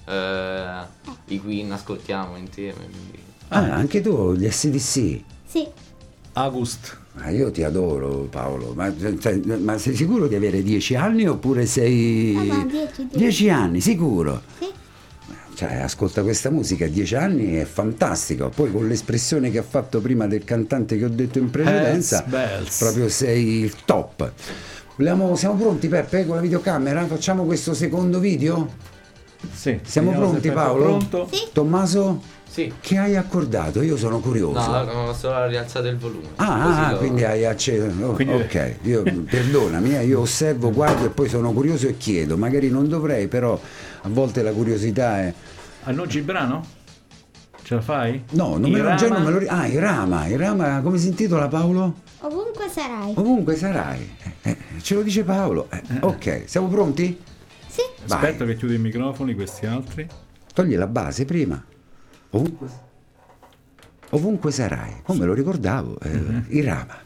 [SPEAKER 4] eh, i Queen ascoltiamo insieme. quindi-
[SPEAKER 2] Ah, anche tu, gli SDC.
[SPEAKER 3] Sì,
[SPEAKER 1] August.
[SPEAKER 2] Ma Ah, io ti adoro Paolo, ma, cioè, ma sei sicuro di avere 10 anni oppure sei...
[SPEAKER 3] Ah, no, 10, 10.
[SPEAKER 2] 10 anni, sicuro.
[SPEAKER 3] sì.
[SPEAKER 2] Cioè, ascolta questa musica a 10 anni è fantastica. Poi con l'espressione che ha fatto prima del cantante che ho detto in precedenza,
[SPEAKER 1] Hells Bells.
[SPEAKER 2] proprio sei il top. Vogliamo- siamo pronti Peppe con la videocamera? Facciamo questo secondo video?
[SPEAKER 1] Sì.
[SPEAKER 2] Siamo
[SPEAKER 1] vediamo
[SPEAKER 2] pronti
[SPEAKER 1] se Peppe è
[SPEAKER 2] Paolo?
[SPEAKER 1] Pronto.
[SPEAKER 3] Sì.
[SPEAKER 2] Tommaso?
[SPEAKER 4] Sì.
[SPEAKER 2] Che hai accordato? Io sono curioso.
[SPEAKER 4] No, ho solo rialzato il volume. Così
[SPEAKER 2] Ah, ah,
[SPEAKER 4] lo-
[SPEAKER 2] quindi hai acceso. oh,
[SPEAKER 1] Quindi-
[SPEAKER 2] Ok, io, perdonami, eh, io osservo, guardo e poi sono curioso e chiedo. Magari non dovrei, però a volte la curiosità è.
[SPEAKER 1] Annunci il brano? Ce la fai?
[SPEAKER 2] No, non me lo,
[SPEAKER 1] Irama?
[SPEAKER 2] già non me lo ri- Ah, Irama, Irama, come si intitola Paolo?
[SPEAKER 3] Ovunque sarai.
[SPEAKER 2] Ovunque sarai. Eh, eh, ce lo dice Paolo. Eh, ok, siamo pronti?
[SPEAKER 3] Sì,
[SPEAKER 2] Vai.
[SPEAKER 1] Aspetta che chiudi i microfoni questi altri.
[SPEAKER 2] Togli la base prima. Ovunque, ovunque sarai. Oh, me lo ricordavo. eh, Irama.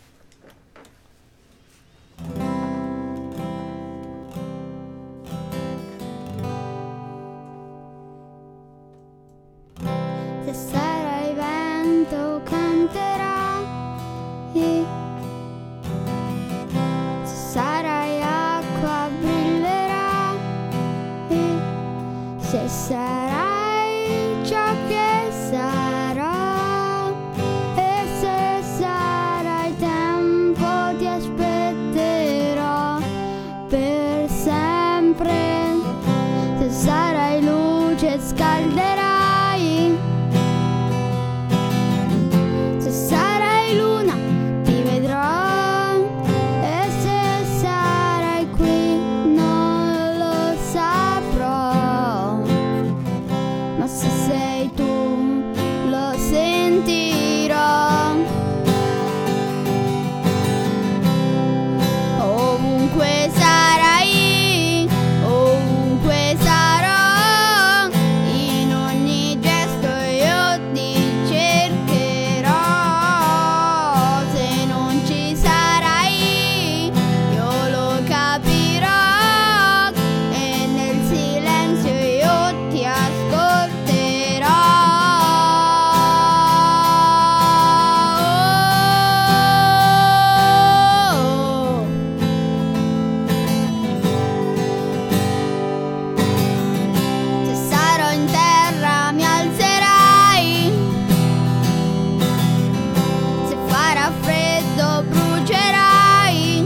[SPEAKER 5] se sarai ciò che sarò e se sarai tempo ti aspetterò per sempre se sarai luce scalderai se sarai luna ti vedrò e se sarai qui non lo saprò. Ma se sei tu lo sentirò. Ovunque sarai, ovunque sarò, in ogni gesto io ti cercherò. Se non ci sarai, io lo capirò e nel silenzio io ti Oh, ascolterò. Se sarò in terra mi alzerai, se farà freddo brucerai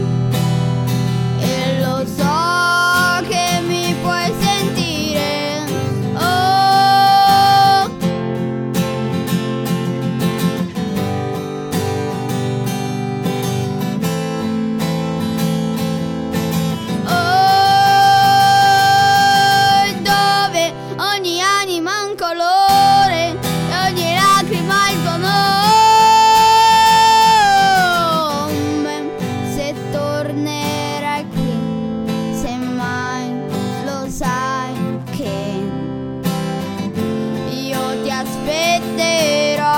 [SPEAKER 5] e lo so che mi puoi sentire. Oh, Oh, dove ogni anima ha un colore e ogni lacrima ha il tuo nome. Se tornerai qui, se mai lo sai che io ti aspetterò.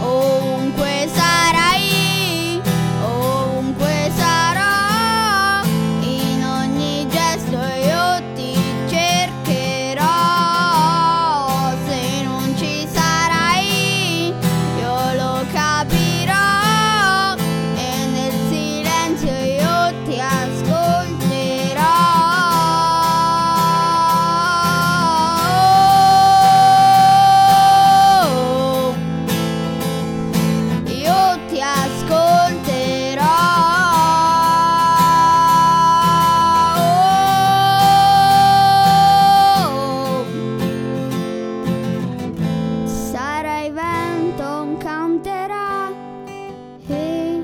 [SPEAKER 5] Ovunque sarai, ovunque sarò, in ogni gesto io ti cercherò. Se non ci sarai, io lo capirò e nel silenzio io ti ascolterò. Io ti ascolterò. Sarai vento, canterà. E...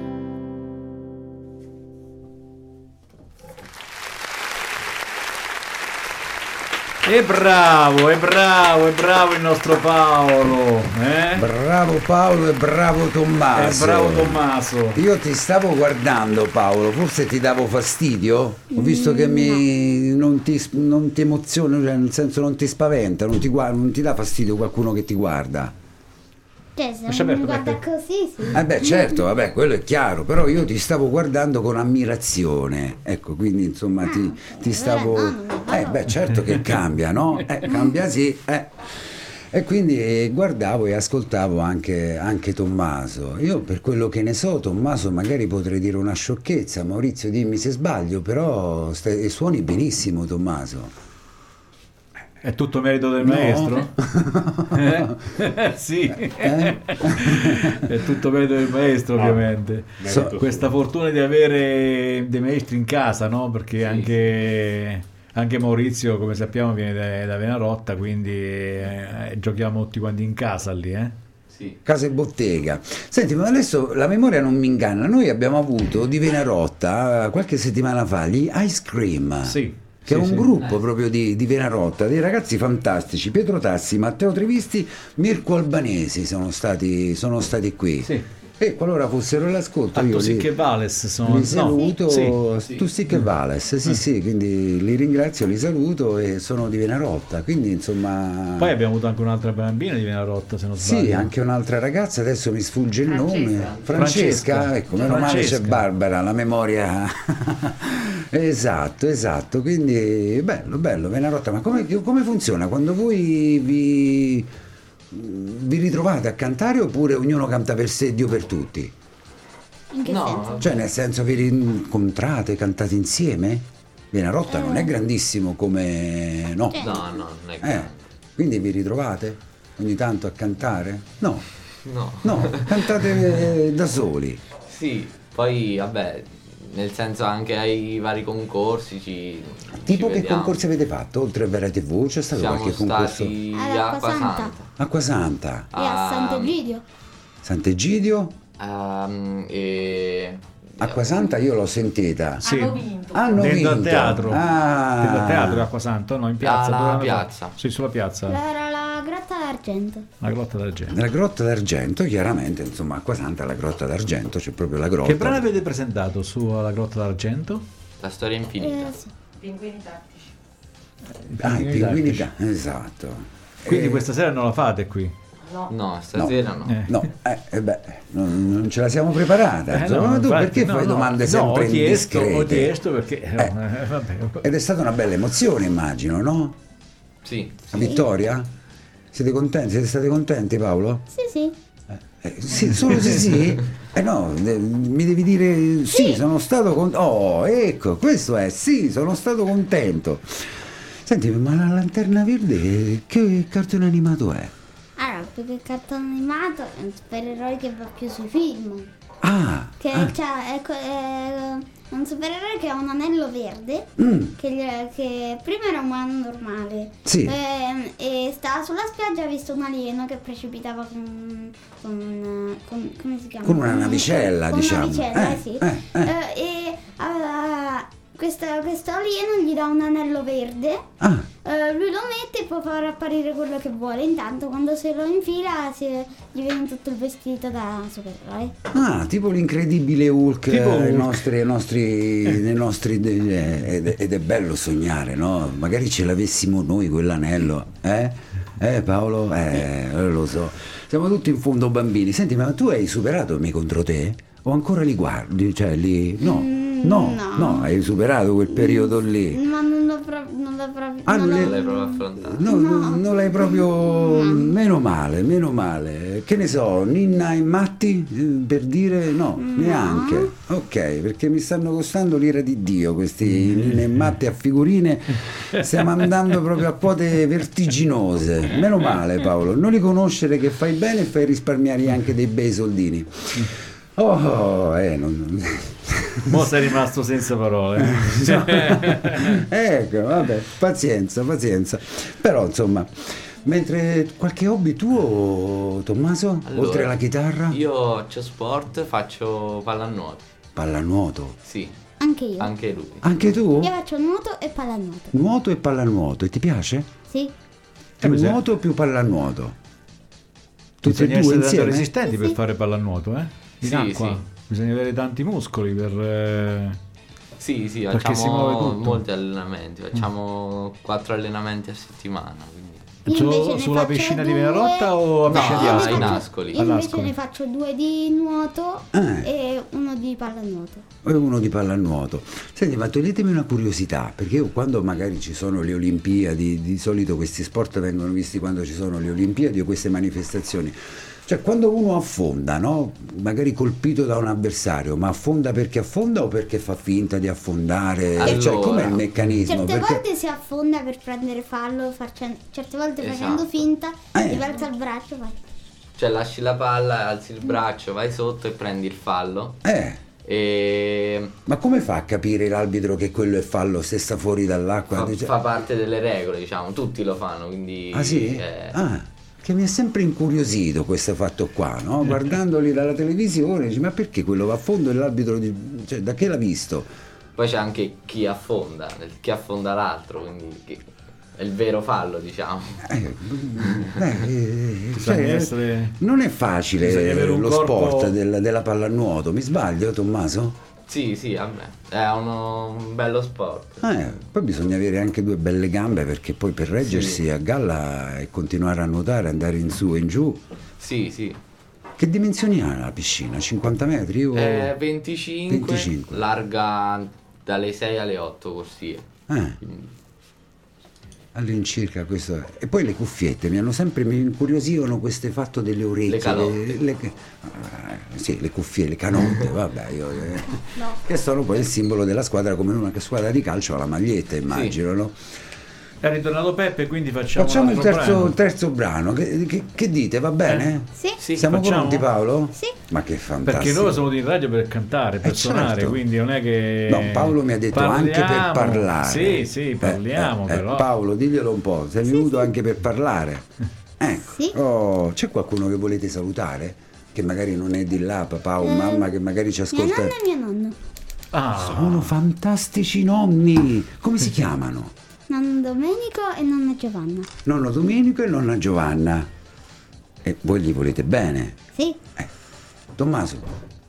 [SPEAKER 1] E bravo, e bravo, e bravo il nostro Paolo. Eh?
[SPEAKER 2] Bravo Paolo e Eh, bravo
[SPEAKER 1] E
[SPEAKER 2] Tommaso.
[SPEAKER 1] bravo Tommaso.
[SPEAKER 2] Io ti stavo guardando Paolo, forse ti davo fastidio? Ho visto che mi, non, ti, non ti emoziona, cioè, nel senso non ti spaventa, non ti, gua- non ti dà fastidio qualcuno che ti guarda.
[SPEAKER 3] Cioè, se
[SPEAKER 1] Lascia
[SPEAKER 3] uno mi
[SPEAKER 1] aperto,
[SPEAKER 3] guarda così, sì.
[SPEAKER 2] Eh beh certo, vabbè quello è chiaro, però io ti stavo guardando con ammirazione, ecco quindi insomma ti, ti stavo...
[SPEAKER 3] allora Ah, no, non mi
[SPEAKER 2] Eh beh certo che cambia, no? Eh, cambia sì. eh. E quindi eh, guardavo e ascoltavo anche, anche Tommaso. Io per quello che ne so, Tommaso magari potrei dire una sciocchezza, Maurizio dimmi se sbaglio, però stai- suoni benissimo Tommaso.
[SPEAKER 1] È tutto merito del maestro? Eh? sì,
[SPEAKER 2] Eh?
[SPEAKER 1] è tutto merito del maestro ovviamente.
[SPEAKER 2] So-
[SPEAKER 1] So- Questa fortuna di avere dei maestri in casa, no? Perché anche, anche Maurizio, come sappiamo, viene da, da Venarotta, quindi eh, giochiamo tutti quanti in casa lì, eh?
[SPEAKER 4] Sì.
[SPEAKER 2] Casa e bottega. Senti, ma adesso la memoria non mi inganna. Noi abbiamo avuto di Venarotta eh, qualche settimana fa gli Ice Cream.
[SPEAKER 1] Sì.
[SPEAKER 2] Ah. Che è
[SPEAKER 1] sì, Eh.
[SPEAKER 2] un
[SPEAKER 1] sì.
[SPEAKER 2] gruppo proprio di, di Venarotta, dei ragazzi fantastici, Pietro Tassi, Matteo Trevisti, Mirko Albanesi sono stati, sono stati qui.
[SPEAKER 1] Sì.
[SPEAKER 2] E qualora fossero all'ascolto
[SPEAKER 1] Ah,
[SPEAKER 2] io
[SPEAKER 1] tu sì
[SPEAKER 2] li,
[SPEAKER 1] che Vales sono...
[SPEAKER 2] li
[SPEAKER 1] no,
[SPEAKER 2] saluto,
[SPEAKER 1] sì. Eh.
[SPEAKER 4] sì.
[SPEAKER 2] tu sì che vales, sì sì, quindi li ringrazio, li saluto e sono di Venarotta, quindi insomma...
[SPEAKER 1] Poi abbiamo avuto anche un'altra bambina di Venarotta, se non sbaglio.
[SPEAKER 2] Eh. Sì, anche un'altra ragazza, adesso mi sfugge il nome. Francesca,
[SPEAKER 1] Francesca.
[SPEAKER 2] ecco, meno male c'è
[SPEAKER 1] Francesca.
[SPEAKER 2] Barbara, la memoria. esatto, esatto, quindi bello, bello, Venarotta, ma come, come funziona? Quando voi vi, vi ritrovate a cantare oppure ognuno canta per sé, Dio per tutti?
[SPEAKER 3] In che senso?
[SPEAKER 4] No,
[SPEAKER 2] Cioè nel senso vi rincontrate, cantate insieme? Venarotta non è grandissimo come... no.
[SPEAKER 3] Eh.
[SPEAKER 4] No, no, non è
[SPEAKER 2] Eh,
[SPEAKER 4] grande.
[SPEAKER 2] quindi vi ritrovate ogni tanto a cantare? No,
[SPEAKER 4] No.
[SPEAKER 2] no, cantate eh, da soli.
[SPEAKER 4] Sì, poi vabbè, nel senso anche ai vari concorsi ci
[SPEAKER 2] Tipo
[SPEAKER 4] ci
[SPEAKER 2] che
[SPEAKER 4] vediamo.
[SPEAKER 2] concorsi avete fatto? Oltre a Vera TV c'è stato
[SPEAKER 4] Siamo
[SPEAKER 2] qualche concorso?
[SPEAKER 4] stati
[SPEAKER 3] Ad
[SPEAKER 4] a Acqua
[SPEAKER 3] Acquasanta.
[SPEAKER 4] Santa.
[SPEAKER 2] Acqua Santa,
[SPEAKER 3] E a
[SPEAKER 4] Ah,
[SPEAKER 3] Sant'Egidio.
[SPEAKER 2] Sant'Egidio,
[SPEAKER 4] ehm, e...
[SPEAKER 2] Acqua Santa io l'ho sentita.
[SPEAKER 1] Sì.
[SPEAKER 6] Hanno vinto.
[SPEAKER 2] Hanno
[SPEAKER 1] Dentro al
[SPEAKER 2] vinto.
[SPEAKER 1] teatro.
[SPEAKER 2] Ah.
[SPEAKER 1] Dentro al teatro di Acquasanto, no, in piazza.
[SPEAKER 4] Alla
[SPEAKER 1] dove hanno
[SPEAKER 4] Ah, piazza.
[SPEAKER 1] fatto? Sì, sulla piazza,
[SPEAKER 6] Eh.
[SPEAKER 3] Era la grotta d'argento.
[SPEAKER 1] la grotta della gente.
[SPEAKER 2] Nella grotta d'argento, chiaramente, insomma, Acqua Santa è la grotta d'argento, c'è proprio la grotta.
[SPEAKER 1] Che brano avete presentato su alla grotta d'argento?
[SPEAKER 4] La storia infinita.
[SPEAKER 3] Eh, sì.
[SPEAKER 6] Pinguini tattici.
[SPEAKER 2] Ah, i
[SPEAKER 1] Pinguini
[SPEAKER 2] pinguini
[SPEAKER 1] tattici.
[SPEAKER 2] da- esatto.
[SPEAKER 1] Quindi
[SPEAKER 2] Eh,
[SPEAKER 1] questa sera non la fate qui.
[SPEAKER 6] No.
[SPEAKER 4] No, stasera no.
[SPEAKER 1] Eh.
[SPEAKER 2] No, eh, eh beh, non, non ce la siamo preparata.
[SPEAKER 1] Eh,
[SPEAKER 2] insomma, ma tu
[SPEAKER 1] infatti,
[SPEAKER 2] perché
[SPEAKER 1] no,
[SPEAKER 2] fai
[SPEAKER 1] no.
[SPEAKER 2] domande
[SPEAKER 1] No,
[SPEAKER 2] sempre
[SPEAKER 1] ho chiesto, ho
[SPEAKER 2] indiscrete?
[SPEAKER 1] chiesto perché... eh, vabbè.
[SPEAKER 2] Ed è stata una bella emozione, immagino, no?
[SPEAKER 4] Sì,
[SPEAKER 2] La vittoria? Siete contenti? Siete stati contenti, Paolo?
[SPEAKER 3] Sì, sì.
[SPEAKER 2] Eh, sì, solo se sì? Eh no, eh, mi devi dire sì, sono stato contento. Oh, ecco, questo è sì, sono stato contento. Senti, ma la lanterna verde che cartone animato è?
[SPEAKER 3] Allora, più che cartone animato, è un supereroe che va più sui film.
[SPEAKER 2] Ah,
[SPEAKER 3] Che
[SPEAKER 2] ah,
[SPEAKER 3] cioè, è, co- è un supereroe che ha un anello verde, che, gli- che prima era un umano normale.
[SPEAKER 2] Mm. Sì.
[SPEAKER 3] Ehm, E, sta sulla spiaggia ha visto un alieno che precipitava con, con, con- come si chiama?
[SPEAKER 2] Con una navicella,
[SPEAKER 3] Con
[SPEAKER 2] diciamo.
[SPEAKER 3] Una navicella,
[SPEAKER 2] Eh,
[SPEAKER 3] sì.
[SPEAKER 2] eh, eh.
[SPEAKER 3] Eh, e ah, questo, questo alieno gli dà un anello verde.
[SPEAKER 2] ah,
[SPEAKER 3] Eh, lui lo mette e può far apparire quello che vuole. Intanto quando se lo infila si, gli viene tutto il vestito da supereroe.
[SPEAKER 2] ah, tipo l'incredibile Hulk,
[SPEAKER 1] Tipo
[SPEAKER 2] eh,
[SPEAKER 1] Hulk.
[SPEAKER 2] i nostri, i nostri- nei nostri- eh, ed, è- ed è bello sognare, no? Magari ce l'avessimo noi quell'anello, eh? Eh Paolo? Eh, lo so. Siamo tutti in fondo bambini. Senti, ma tu hai superato me contro te? O ancora li guardi? Cioè, li... No,
[SPEAKER 3] Mm,
[SPEAKER 2] no,
[SPEAKER 3] no.
[SPEAKER 2] no, hai superato quel periodo lì.
[SPEAKER 3] Ma non lo pro- non lo pro-
[SPEAKER 2] Ah,
[SPEAKER 3] non
[SPEAKER 2] non
[SPEAKER 3] lo-
[SPEAKER 4] non l'hai proprio affrontata.
[SPEAKER 2] No, no, non l'hai proprio. Meno male, meno male. Che ne so, Ninna e Matti? eh, Per dire no, neanche. Ok, perché mi stanno costando l'ira di Dio questi Ninna e Matti a figurine. Stiamo andando proprio a quote vertiginose. Meno male, Paolo. Non li conoscere che fai bene e fai risparmiare anche dei bei soldini. Oh, eh, non.
[SPEAKER 1] Mo sei rimasto senza parole.
[SPEAKER 2] Eh, ecco, vabbè, pazienza, pazienza. Però insomma, mentre qualche hobby tuo, Tommaso,
[SPEAKER 4] Allora,
[SPEAKER 2] oltre alla chitarra,
[SPEAKER 4] Io faccio sport, faccio pallanuoto.
[SPEAKER 2] pallanuoto.
[SPEAKER 4] Sì,
[SPEAKER 3] Anche io.
[SPEAKER 4] anche lui.
[SPEAKER 2] Anche tu?
[SPEAKER 3] Io faccio nuoto e pallanuoto.
[SPEAKER 2] Nuoto e pallanuoto, e ti piace?
[SPEAKER 3] Sì.
[SPEAKER 2] Più
[SPEAKER 1] mi sa-
[SPEAKER 2] nuoto o più pallanuoto? Tutti
[SPEAKER 1] Bisogna
[SPEAKER 2] e due
[SPEAKER 1] essere tanto
[SPEAKER 2] insieme?
[SPEAKER 1] resistenti per fare pallanuoto, eh? In
[SPEAKER 4] Sì,
[SPEAKER 1] acqua.
[SPEAKER 4] sì.
[SPEAKER 1] Bisogna avere tanti muscoli per... eh,
[SPEAKER 4] Sì, sì,
[SPEAKER 1] Perché si
[SPEAKER 4] facciamo
[SPEAKER 1] muove tutto.
[SPEAKER 4] molti allenamenti, facciamo quattro allenamenti a settimana. Quindi.
[SPEAKER 3] Io
[SPEAKER 1] su-
[SPEAKER 3] invece ne
[SPEAKER 1] sulla
[SPEAKER 3] faccio
[SPEAKER 1] piscina di
[SPEAKER 3] due-
[SPEAKER 1] Venarotta o a
[SPEAKER 4] No,
[SPEAKER 1] piscina di
[SPEAKER 4] io
[SPEAKER 3] ne
[SPEAKER 4] Ah,
[SPEAKER 1] Ascoli?
[SPEAKER 4] in
[SPEAKER 3] faccio-
[SPEAKER 4] Ascoli.
[SPEAKER 3] Io invece
[SPEAKER 1] All'Ascoli.
[SPEAKER 3] ne faccio due di nuoto
[SPEAKER 2] Ah.
[SPEAKER 3] e uno di pallanuoto.
[SPEAKER 2] e uno di pallanuoto. Senti, ma toglietemi una curiosità, perché io quando magari ci sono le Olimpiadi, di solito questi sport vengono visti quando ci sono le Olimpiadi o queste manifestazioni. Cioè, quando uno affonda, no? magari colpito da un avversario, ma affonda perché affonda o perché fa finta di affondare? Cioè,
[SPEAKER 4] Allora.
[SPEAKER 2] com'è il meccanismo?
[SPEAKER 3] Certe
[SPEAKER 2] Perché-
[SPEAKER 3] volte si affonda per prendere fallo, facendo- certe volte
[SPEAKER 4] Esatto.
[SPEAKER 3] facendo finta,
[SPEAKER 2] Eh.
[SPEAKER 3] gli alza il braccio, fa-
[SPEAKER 4] Cioè lasci la palla, alzi il braccio, vai sotto e prendi il fallo.
[SPEAKER 2] Eh,
[SPEAKER 4] E
[SPEAKER 2] ma come fa a capire l'arbitro che quello è fallo se sta fuori dall'acqua?
[SPEAKER 4] fa,
[SPEAKER 2] Dice-
[SPEAKER 4] fa parte delle regole, diciamo, tutti lo fanno, quindi...
[SPEAKER 2] Ah sì?
[SPEAKER 4] eh,
[SPEAKER 2] Ah, che mi ha sempre incuriosito questo fatto qua, no? Guardandoli dalla televisione, dici, ma perché quello va a fondo e l'arbitro, di- cioè, da che l'ha visto?
[SPEAKER 4] Poi c'è anche chi affonda, nel- chi affonda l'altro, quindi chi- è il vero fallo, diciamo.
[SPEAKER 2] Eh, beh, eh,
[SPEAKER 1] Bisogna
[SPEAKER 2] cioè,
[SPEAKER 1] essere-
[SPEAKER 2] Non è facile
[SPEAKER 1] bisogna avere un
[SPEAKER 2] lo
[SPEAKER 1] corpo-
[SPEAKER 2] sport della, della pallanuoto, mi sbaglio Tommaso?
[SPEAKER 4] Sì, sì, vabbè, è uno, un bello sport.
[SPEAKER 2] Eh, poi bisogna avere anche due belle gambe perché poi per reggersi a galla e continuare a nuotare, andare in su e in giù.
[SPEAKER 4] Sì, sì.
[SPEAKER 2] Che dimensioni ha la piscina? 50 metri? O...
[SPEAKER 4] È 25,
[SPEAKER 2] 25.
[SPEAKER 4] larga dalle 6 alle 8 corsie.
[SPEAKER 2] Eh. All'incirca questo è. E poi le cuffiette mi hanno sempre, mi incuriosivano questo fatto delle orecchie.
[SPEAKER 4] calotte.
[SPEAKER 2] le- ah, sì, le cuffiette, le canotte, vabbè, io, eh, che sono poi il simbolo della squadra, come una squadra di calcio ha la maglietta, immagino, no?
[SPEAKER 1] È ritornato Peppe, quindi facciamo,
[SPEAKER 2] Facciamo il
[SPEAKER 1] l'altro
[SPEAKER 2] terzo,
[SPEAKER 1] brano.
[SPEAKER 2] il terzo brano, che, che- che dite, va bene?
[SPEAKER 3] Eh. Sì?
[SPEAKER 4] Sì.
[SPEAKER 2] Siamo
[SPEAKER 1] facciamo?
[SPEAKER 2] pronti Paolo?
[SPEAKER 3] Sì.
[SPEAKER 2] Ma che fantastico.
[SPEAKER 1] Perché loro sono venuti in radio per cantare, per
[SPEAKER 2] Eh,
[SPEAKER 1] suonare,
[SPEAKER 2] certo.
[SPEAKER 1] quindi non è che...
[SPEAKER 2] No, Paolo mi ha detto anche per
[SPEAKER 1] Eh, Parliamo.
[SPEAKER 2] parlare.
[SPEAKER 1] Sì, sì,
[SPEAKER 2] Eh,
[SPEAKER 1] parliamo
[SPEAKER 2] eh, eh,
[SPEAKER 1] però.
[SPEAKER 2] Paolo, diglielo un po', sei venuto anche per parlare. Ecco.
[SPEAKER 3] Sì.
[SPEAKER 2] Oh, c'è qualcuno che volete salutare? Che magari non è di là, papà o mamma, che magari ci
[SPEAKER 3] Mia
[SPEAKER 2] ascolta.
[SPEAKER 3] nonna e mio nonno.
[SPEAKER 1] Ah,
[SPEAKER 2] Sono fantastici nonni! Come si chiamano?
[SPEAKER 3] Nonno Domenico e nonna Giovanna.
[SPEAKER 2] Nonno Domenico e nonna Giovanna. E voi gli volete bene?
[SPEAKER 3] Sì.
[SPEAKER 2] Tommaso.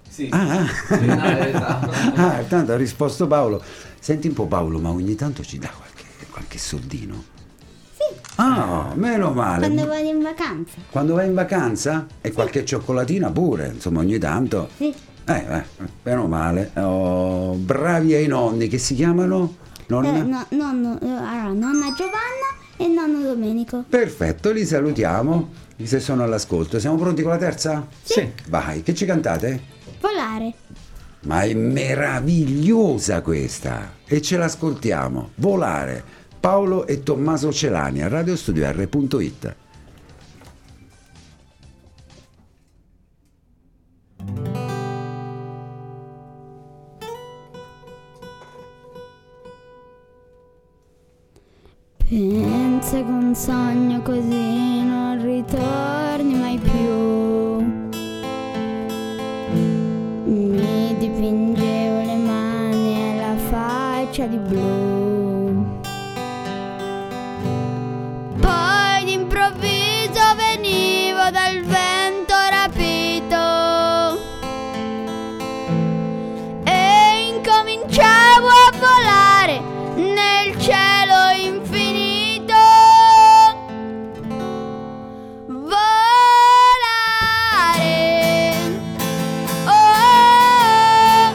[SPEAKER 4] Sì.
[SPEAKER 2] Ah, ah.
[SPEAKER 4] Sì, no, esatto.
[SPEAKER 2] Ah, tanto ha risposto Paolo. Senti un po' Paolo, ma ogni tanto ci dà qualche, qualche soldino.
[SPEAKER 3] Sì.
[SPEAKER 2] Ah, meno male.
[SPEAKER 3] Quando vado in vacanza.
[SPEAKER 2] Quando vai in vacanza? E qualche cioccolatina pure, insomma, ogni tanto.
[SPEAKER 3] Sì.
[SPEAKER 2] Eh, eh, meno male. Oh, bravi ai nonni, che si chiamano? Nonna?
[SPEAKER 3] Eh, no- nonno, eh, allora, nonna Giovanna e nonno Domenico.
[SPEAKER 2] Perfetto, li salutiamo, se sono all'ascolto. Siamo pronti con la terza?
[SPEAKER 1] sì.
[SPEAKER 2] Vai, che ci cantate?
[SPEAKER 3] Volare.
[SPEAKER 2] Ma è meravigliosa questa! E ce l'ascoltiamo. Volare. Paolo e Tommaso Celani a radiostudio.it.
[SPEAKER 5] Pensa che un sogno così non ritorni mai più. Mi dipingevo le mani e la faccia di blu. Poi d'improvviso venivo dal vento rapito e incominciavo a volare nel cielo infinito. Volare. Oh,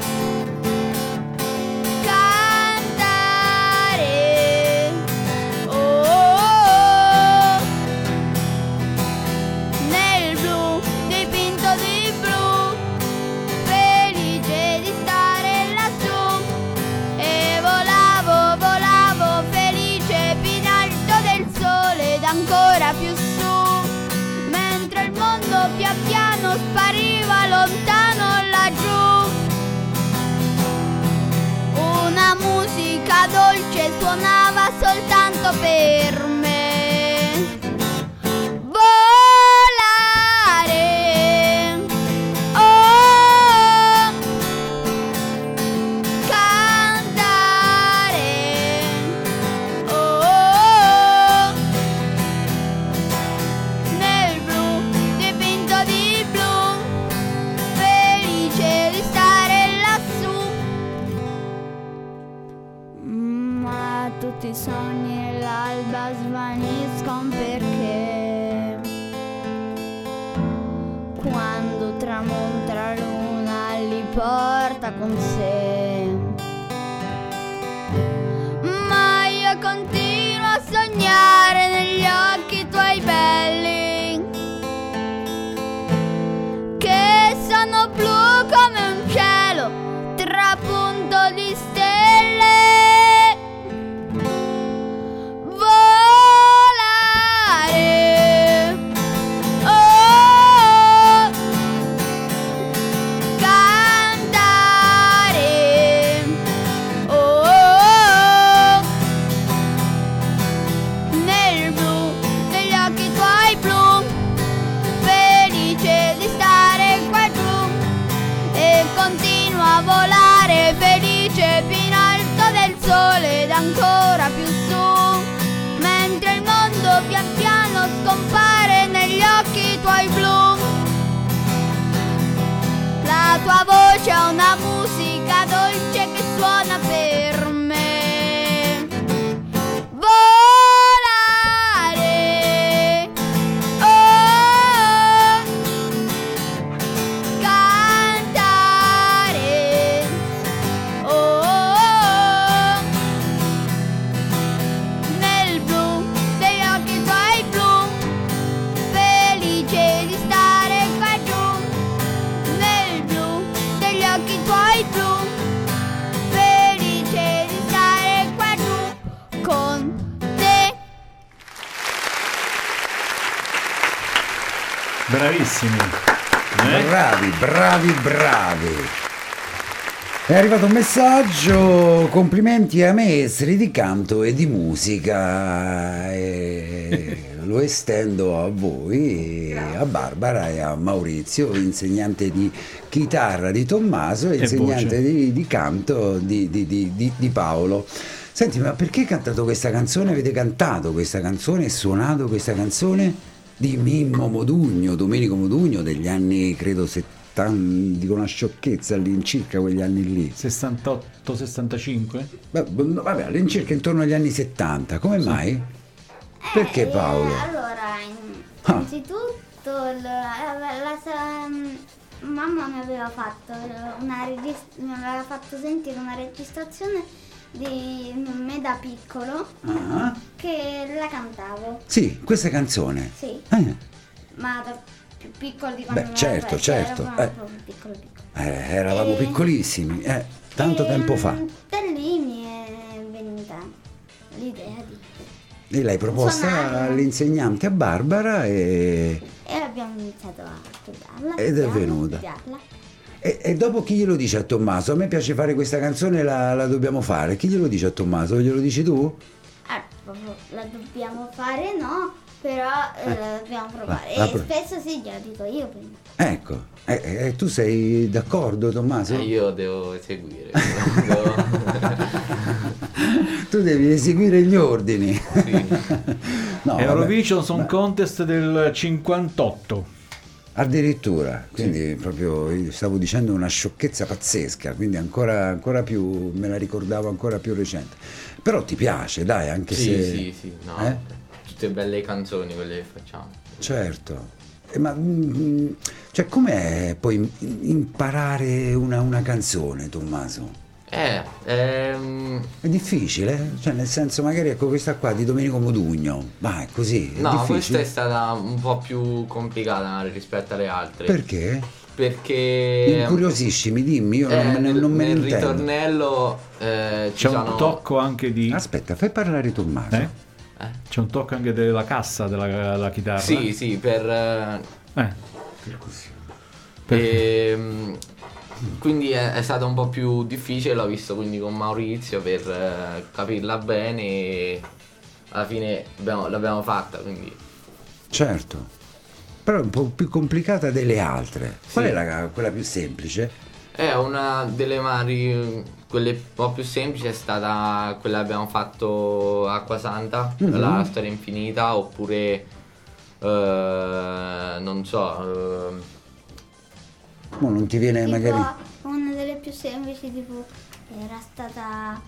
[SPEAKER 5] cantare. Oh, nel blu dipinto di blu felice di stare lassù e volavo, volavo felice fino in alto del sole ed ancora più su mentre il mondo pian piano spariva lontano laggiù una musica dolce suonava soltanto per me volare Oh, cantare. Oh, nel blu dipinto di blu, felice di stare lassù. Ma Mm, tutti i sogni e l'alba svaniscono perché quando tramonta la luna li porta con sé. Ma io continuo a sognare negli occhi tuoi belli, che sono blu come un cielo, trapunto di stelle. Volare. Oh, cantare. Oh, nel blu degli occhi tuoi blu, felice di stare qua giù e continuo a volare felice fino alto del sole ed ancora più su mentre il mondo pian piano scompare negli occhi tuoi blu la tua voce è una musica dolce che suona per me volare oh cantare. Oh, oh, oh. nel blu
[SPEAKER 1] Bravissimi. Eh?
[SPEAKER 2] Bravi, bravi, bravi. È arrivato un messaggio, complimenti a maestri di canto e di musica. E lo estendo a voi, e a Barbara e a Maurizio, insegnante di chitarra di Tommaso e
[SPEAKER 1] voce.
[SPEAKER 2] insegnante di, di canto di, di- di- di- di Paolo. Senti, ma perché hai cantato questa canzone? Avete cantato questa canzone e suonato questa canzone? di Mimmo Modugno, Domenico Modugno degli anni credo 70, dico una sciocchezza all'incirca quegli anni lì.
[SPEAKER 1] 68-65?
[SPEAKER 2] Ma- no, Vabbè, all'incirca intorno agli anni 70, come mai? Perché
[SPEAKER 3] Eh,
[SPEAKER 2] Paolo?
[SPEAKER 3] eh, allora, in-
[SPEAKER 2] Ah.
[SPEAKER 3] innanzitutto il- la, la- la sa- mm, mamma mi aveva fatto una regis- mi aveva fatto sentire una registrazione di mm, me da piccolo
[SPEAKER 2] Ah,
[SPEAKER 3] che la cantavo,
[SPEAKER 2] sì, questa canzone.
[SPEAKER 3] sì,
[SPEAKER 2] Eh,
[SPEAKER 3] ma da più piccolo di quando
[SPEAKER 2] Beh,
[SPEAKER 3] me la-
[SPEAKER 2] certo,
[SPEAKER 3] cioè, ero
[SPEAKER 2] certo,
[SPEAKER 3] proprio
[SPEAKER 2] eh.
[SPEAKER 3] piccolo, piccolo.
[SPEAKER 2] eh, eravamo
[SPEAKER 3] Eh.
[SPEAKER 2] piccolissimi, eh, tanto
[SPEAKER 3] E,
[SPEAKER 2] tempo fa.
[SPEAKER 3] mm, Da lì mi è venuta l'idea di...
[SPEAKER 2] E l'hai proposta
[SPEAKER 3] suonare.
[SPEAKER 2] all'insegnante a Barbara e,
[SPEAKER 3] E abbiamo iniziato a studiarla.
[SPEAKER 2] Ed è
[SPEAKER 3] studiarla,
[SPEAKER 2] venuta.
[SPEAKER 3] studiarla.
[SPEAKER 2] e- e dopo chi glielo dice a Tommaso? A me piace fare questa canzone, la, la dobbiamo fare. Chi glielo dice a Tommaso? Glielo dici tu?
[SPEAKER 3] Allora, proprio Ecco, la dobbiamo fare no, però eh, la dobbiamo provare.
[SPEAKER 2] la
[SPEAKER 3] e
[SPEAKER 2] pro-
[SPEAKER 3] spesso sì, glielo dico io prima.
[SPEAKER 2] Ecco, eh, eh, tu sei d'accordo Tommaso?
[SPEAKER 4] Eh, io devo eseguire. Devo-
[SPEAKER 2] tu devi eseguire gli ordini.
[SPEAKER 4] Sì.
[SPEAKER 2] No, vabbè.
[SPEAKER 1] Eurovision Song Contest del 58.
[SPEAKER 2] Addirittura, quindi proprio io stavo dicendo una sciocchezza pazzesca, quindi ancora, ancora più, me la ricordavo ancora più recente. Però ti piace, dai, anche
[SPEAKER 4] sì,
[SPEAKER 2] se...
[SPEAKER 4] sì, sì, no.
[SPEAKER 2] Eh?
[SPEAKER 4] Tutte belle canzoni quelle che facciamo.
[SPEAKER 2] Certo. Eh, Ma mm, cioè, com'è poi im- imparare una, una canzone, Tommaso?
[SPEAKER 4] Eh, ehm,
[SPEAKER 2] È difficile? Cioè, nel senso, magari ecco questa qua di Domenico Modugno, ma è così. È
[SPEAKER 4] no, questa
[SPEAKER 2] difficile.
[SPEAKER 4] è stata un po' più complicata rispetto alle altre.
[SPEAKER 2] Perché?
[SPEAKER 4] Perché
[SPEAKER 2] Incuriosiscimi, dimmi, io non,
[SPEAKER 4] eh,
[SPEAKER 2] me ne- non me ne
[SPEAKER 4] nel
[SPEAKER 2] intendo.
[SPEAKER 4] ritornello eh, ci
[SPEAKER 1] C'è
[SPEAKER 4] sono
[SPEAKER 1] un tocco anche di...
[SPEAKER 2] Aspetta, fai parlare Tommaso.
[SPEAKER 1] Eh?
[SPEAKER 4] Eh?
[SPEAKER 1] C'è un tocco anche della cassa della, della chitarra.
[SPEAKER 4] Sì, sì, per eh,
[SPEAKER 1] Eh,
[SPEAKER 4] ehm, quindi è, è stato un po' più difficile, l'ho visto quindi con Maurizio per eh, capirla bene e alla fine abbiamo- l'abbiamo fatta, quindi
[SPEAKER 2] Certo. Però è un po' più complicata delle altre. Qual
[SPEAKER 4] Sì.
[SPEAKER 2] è la- quella più semplice?
[SPEAKER 4] È Eh, una delle mari, quelle un po' più semplici è stata quella che abbiamo fatto Acqua Santa,
[SPEAKER 2] Mhm.
[SPEAKER 4] la storia infinita, oppure eh, non so, eh,
[SPEAKER 2] Mo non ti viene
[SPEAKER 3] tipo,
[SPEAKER 2] Eh, magari.
[SPEAKER 3] una delle più semplici, tipo, era stata...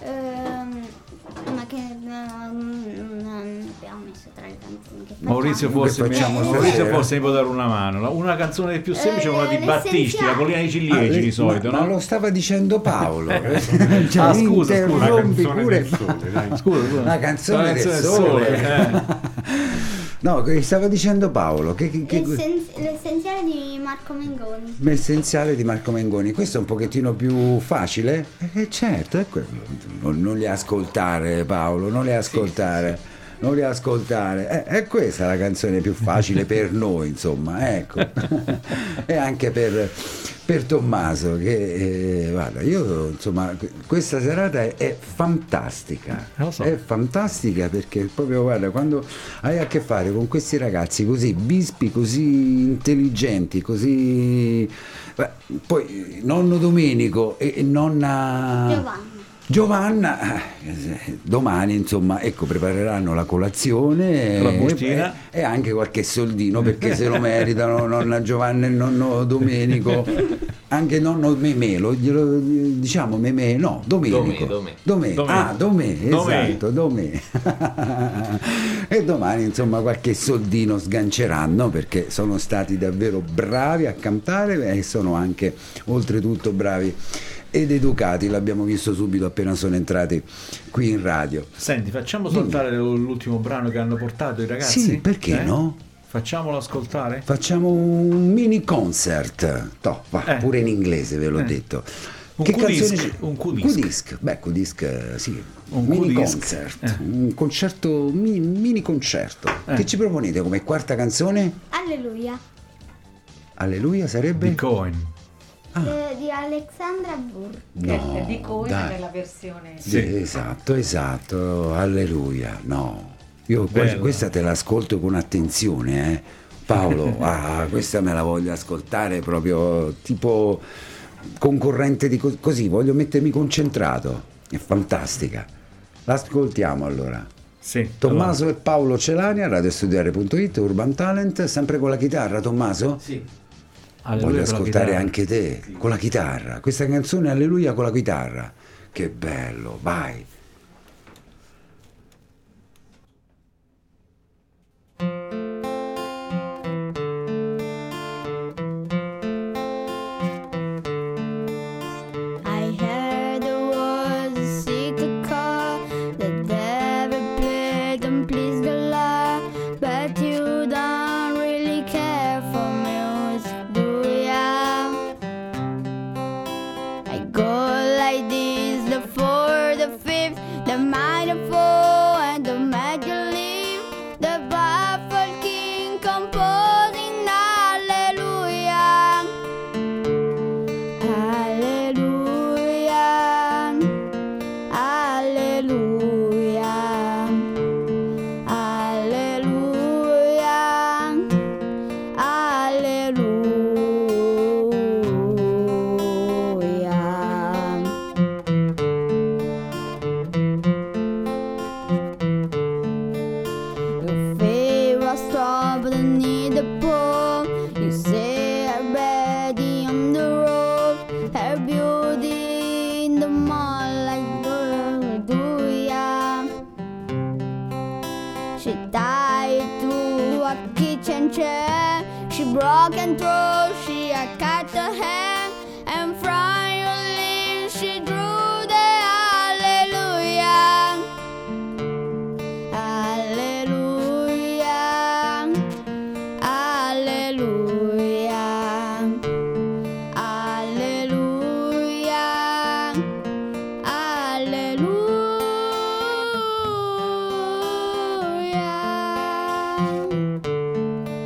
[SPEAKER 3] ehm, ma che eh, non non abbiamo messo tra le canzoni che facciamo.
[SPEAKER 1] Maurizio forse,
[SPEAKER 2] Che
[SPEAKER 1] mi,
[SPEAKER 2] facciamo
[SPEAKER 1] Maurizio
[SPEAKER 2] stasera?
[SPEAKER 1] forse mi può dare una mano. La- Una canzone più semplice è una di
[SPEAKER 3] Eh,
[SPEAKER 1] Battisti,
[SPEAKER 3] l'essenziale.
[SPEAKER 1] la collina dei
[SPEAKER 2] Ah,
[SPEAKER 1] ciliegi
[SPEAKER 2] eh,
[SPEAKER 1] di solito,
[SPEAKER 2] ma,
[SPEAKER 1] no?
[SPEAKER 2] ma lo stava dicendo Paolo. cioè,
[SPEAKER 1] Ah, scusa, scusa.
[SPEAKER 6] La
[SPEAKER 2] interrompi
[SPEAKER 6] canzone
[SPEAKER 2] pure.
[SPEAKER 6] del sole, dai.
[SPEAKER 1] Scusa, scusa.
[SPEAKER 2] La canzone
[SPEAKER 1] La
[SPEAKER 2] del
[SPEAKER 1] eh.
[SPEAKER 2] No, che stava dicendo Paolo. Che, che, che-
[SPEAKER 3] L'essen- l'essenziale di Marco Mengoni.
[SPEAKER 2] L'essenziale di Marco Mengoni, questo è un pochettino più facile? Eh, certo, è quello. Non, non li ascoltare Paolo, non li ascoltare, non li ascoltare. Eh, è questa la canzone più facile per noi, insomma, ecco. e anche per, per Tommaso, che eh, guarda, io insomma, questa serata è, è fantastica.
[SPEAKER 1] Eh, Lo so.
[SPEAKER 2] È fantastica perché proprio guarda quando hai a che fare con questi ragazzi così bispi, così intelligenti, così Beh, poi eh, nonno Domenico e e nonna
[SPEAKER 3] Giovanni.
[SPEAKER 2] Giovanna, eh, domani insomma, ecco, prepareranno la colazione
[SPEAKER 1] La
[SPEAKER 2] e-
[SPEAKER 1] bustina.
[SPEAKER 2] e, e anche qualche soldino perché se lo meritano nonna Giovanna e nonno Domenico, anche nonno Memelo, glielo diciamo Meme, no, Domenico.
[SPEAKER 4] Domè,
[SPEAKER 2] Domè.
[SPEAKER 1] Domè.
[SPEAKER 2] Ah, Domè,
[SPEAKER 1] Domè.
[SPEAKER 2] esatto, Domè. e domani insomma qualche soldino sganceranno perché sono stati davvero bravi a cantare e sono anche oltretutto bravi ed educati, l'abbiamo visto subito appena sono entrati qui in radio.
[SPEAKER 1] Senti, facciamo ascoltare l'ultimo brano che hanno portato i ragazzi.
[SPEAKER 2] Sì, perché
[SPEAKER 1] Eh?
[SPEAKER 2] no?
[SPEAKER 1] Facciamolo ascoltare?
[SPEAKER 2] Facciamo un mini concert, Toh, va,
[SPEAKER 1] Eh.
[SPEAKER 2] pure in inglese ve l'ho detto.
[SPEAKER 1] Un
[SPEAKER 2] che
[SPEAKER 1] Q-disc,
[SPEAKER 2] canzone ci-
[SPEAKER 1] un Q-disc.
[SPEAKER 2] Q-disc, Beh, Q-disc, eh, sì.
[SPEAKER 1] Un
[SPEAKER 2] mini
[SPEAKER 1] Q-disc,
[SPEAKER 2] concert.
[SPEAKER 1] eh.
[SPEAKER 2] Un concerto, mini, mini concerto.
[SPEAKER 1] Eh.
[SPEAKER 2] Che ci proponete come quarta canzone?
[SPEAKER 7] Alleluia
[SPEAKER 2] Alleluia sarebbe?
[SPEAKER 1] di Cohen.
[SPEAKER 7] eh, di Alexandra Burr.
[SPEAKER 2] no,
[SPEAKER 8] di cui
[SPEAKER 2] dai.
[SPEAKER 8] nella versione
[SPEAKER 2] Sì,
[SPEAKER 1] Sì.
[SPEAKER 2] Esatto, esatto. Alleluia. No. Io que-
[SPEAKER 1] Bella.
[SPEAKER 2] questa te l'ascolto con attenzione, eh. Paolo, ah, questa me la voglio ascoltare proprio tipo concorrente di co- così, voglio mettermi concentrato. È fantastica. L'ascoltiamo allora.
[SPEAKER 1] Sì,
[SPEAKER 2] Tommaso e Paolo Celani a radiostudiare.it, Urban Talent, sempre con la chitarra, Tommaso?
[SPEAKER 4] Sì.
[SPEAKER 1] allora,
[SPEAKER 2] Voglio
[SPEAKER 1] Alleluia con la
[SPEAKER 2] ascoltare
[SPEAKER 1] chitarra.
[SPEAKER 2] anche te con la chitarra. Questa canzone Alleluia con la chitarra. Che bello, vai.
[SPEAKER 3] I heard there was a secret call that never played and pleased the Lord, but you don't really care for music, do ya? I go like this, the fourth, the fifth, the minor four, and the major leaf, the baffled king composing hallelujah. Alleluia, alleluia, alleluia, alleluia. Your favorite star, but I need the poem. You say her ready on the road, her beauty in the mall, like hallelujah. She died through a kitchen chair. She broke and through, she had cut her hand. And finally, she drew the hallelujah. Alleluia, alleluia, alleluia, alleluia.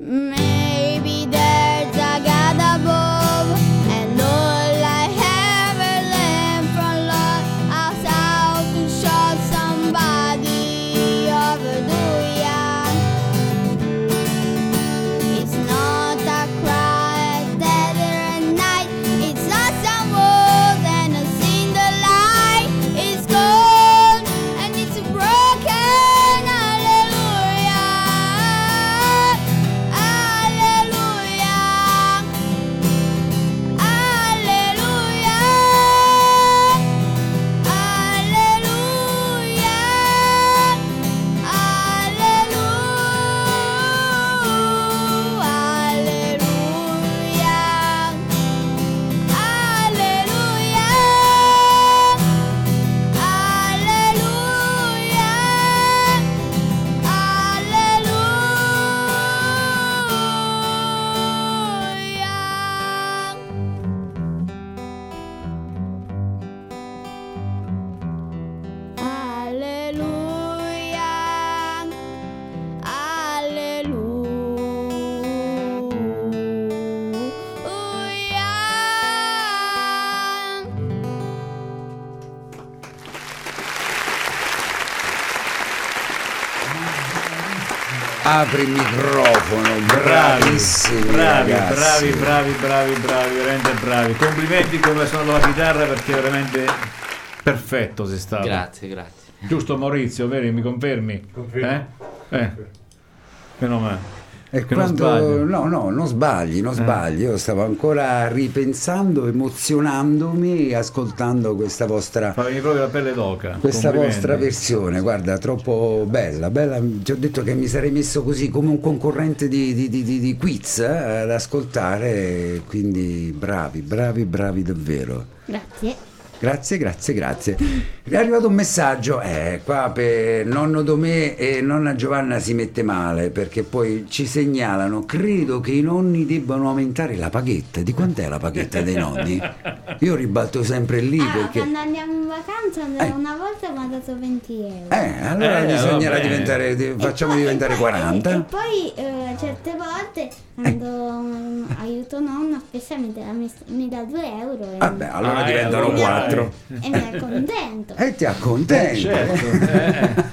[SPEAKER 3] Maybe there's a God above, and all I ever learned from Lord is how to show somebody hallelujah. It's not a cry that at night, it's not some words and a sin the light. It's cold and it's broken, hallelujah. Alleluia, alleluia, alleluia, alleluia, alleluia, alleluia. Alleluia. Alleluia. Alleluia.
[SPEAKER 2] Apri il microfono, bravissimi.
[SPEAKER 1] bravi,
[SPEAKER 2] ragazzi.
[SPEAKER 1] bravi, bravi, bravi, bravi, veramente bravi. Complimenti come suono la chitarra perché veramente perfetto sei stato.
[SPEAKER 4] Grazie, grazie.
[SPEAKER 1] Giusto Maurizio, vero? Mi confermi? Confermi. Eh? Eh. Meno male.
[SPEAKER 2] E
[SPEAKER 1] Che non
[SPEAKER 2] quando,
[SPEAKER 1] sbaglio. Eh.
[SPEAKER 2] no, no, non sbagli, non sbagli. Io stavo ancora ripensando, emozionandomi, ascoltando questa vostra,
[SPEAKER 1] Fa venire proprio la pelle d'oca.
[SPEAKER 2] questa
[SPEAKER 1] Complimenti.
[SPEAKER 2] vostra versione. Guarda, troppo bella, bella. Ti ho detto che mi sarei messo così come un concorrente di, di- di- di- di quiz eh, ad ascoltare. Quindi bravi, bravi, bravi davvero.
[SPEAKER 7] Grazie.
[SPEAKER 2] Grazie, grazie, grazie. È arrivato un messaggio, eh, qua per nonno Domè e nonna Giovanna si mette male perché poi ci segnalano, credo che i nonni debbano aumentare la paghetta. Di quant'è la paghetta dei nonni? Io ribalto sempre lì
[SPEAKER 3] Ah,
[SPEAKER 2] perché...
[SPEAKER 3] quando andiamo in vacanza,
[SPEAKER 2] Eh.
[SPEAKER 3] una volta mi ha dato 20 euro.
[SPEAKER 2] Eh, allora
[SPEAKER 1] Eh,
[SPEAKER 2] bisognerà
[SPEAKER 1] vabbè.
[SPEAKER 2] diventare, di-
[SPEAKER 3] E
[SPEAKER 2] facciamo
[SPEAKER 3] poi-
[SPEAKER 2] diventare
[SPEAKER 3] e poi-
[SPEAKER 2] 40.
[SPEAKER 3] E poi eh, certe volte quando
[SPEAKER 2] Eh.
[SPEAKER 3] mm, aiuto nonno, spesso mi dà, mi- mi dà 2 euro. E
[SPEAKER 2] Vabbè, allora
[SPEAKER 1] Ah, eh,
[SPEAKER 2] diventano
[SPEAKER 1] allora,
[SPEAKER 2] 4.
[SPEAKER 3] E mi accontento.
[SPEAKER 2] E ti accontenti.
[SPEAKER 1] certo,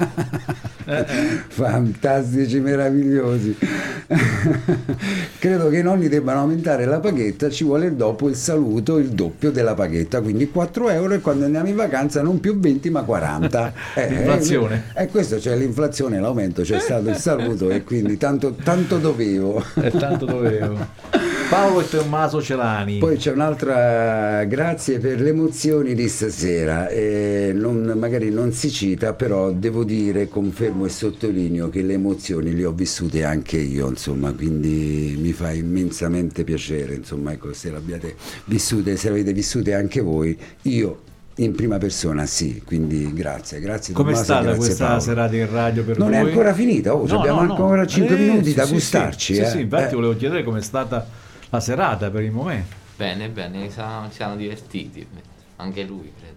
[SPEAKER 2] Fantastici, meravigliosi. Credo che i nonni debbano aumentare la paghetta, ci vuole dopo il saluto il doppio della paghetta, quindi 4 euro e quando andiamo in vacanza non più 20 ma 40. Eh,
[SPEAKER 1] L'inflazione.
[SPEAKER 2] E questo c'è l'inflazione, l'aumento, c'è stato il saluto e quindi tanto, tanto dovevo.
[SPEAKER 1] Eh, tanto dovevo. Paolo e Tommaso Celani.
[SPEAKER 2] Poi c'è un'altra grazie per le emozioni di stasera, Eh, non- magari non si cita, però devo dire, confermo e sottolineo che le emozioni le ho vissute anche io, insomma, quindi mi fa immensamente piacere, insomma, ecco, se le abbiate vissute, se le avete vissute anche voi, io in prima persona sì, quindi grazie, grazie.
[SPEAKER 1] Com'è
[SPEAKER 2] Tommaso,
[SPEAKER 1] stata
[SPEAKER 2] grazie
[SPEAKER 1] questa
[SPEAKER 2] Paolo.
[SPEAKER 1] serata in radio per
[SPEAKER 2] Non
[SPEAKER 1] voi?
[SPEAKER 2] è ancora finita, oh, ci
[SPEAKER 1] No,
[SPEAKER 2] abbiamo
[SPEAKER 1] no, no.
[SPEAKER 2] ancora 5
[SPEAKER 1] Eh,
[SPEAKER 2] minuti
[SPEAKER 1] sì,
[SPEAKER 2] da
[SPEAKER 1] sì,
[SPEAKER 2] gustarci.
[SPEAKER 1] Sì,
[SPEAKER 2] eh.
[SPEAKER 1] sì, infatti
[SPEAKER 2] Eh.
[SPEAKER 1] volevo chiedere com'è stata la serata per il momento.
[SPEAKER 4] Bene, bene, si sono, si sono divertiti. Anche lui,
[SPEAKER 2] Eh,
[SPEAKER 4] credo.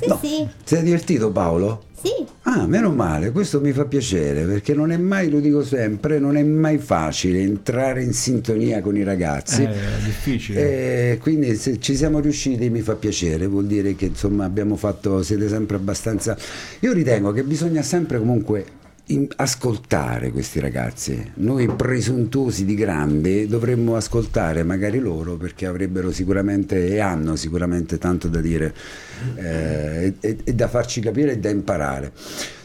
[SPEAKER 3] Sì, sì,
[SPEAKER 2] Ti sei divertito Paolo?
[SPEAKER 3] sì.
[SPEAKER 2] Ah, meno male, questo mi fa piacere perché non è mai, lo dico sempre, non è mai facile entrare in sintonia con i ragazzi.
[SPEAKER 1] Eh, È difficile.
[SPEAKER 2] E Eh, quindi se ci siamo riusciti mi fa piacere, vuol dire che insomma abbiamo fatto, siete sempre abbastanza... Io ritengo che bisogna sempre comunque in- ascoltare questi ragazzi. Noi presuntuosi di grandi dovremmo ascoltare magari loro perché avrebbero sicuramente e hanno sicuramente tanto da dire eh, e, e da farci capire e da imparare.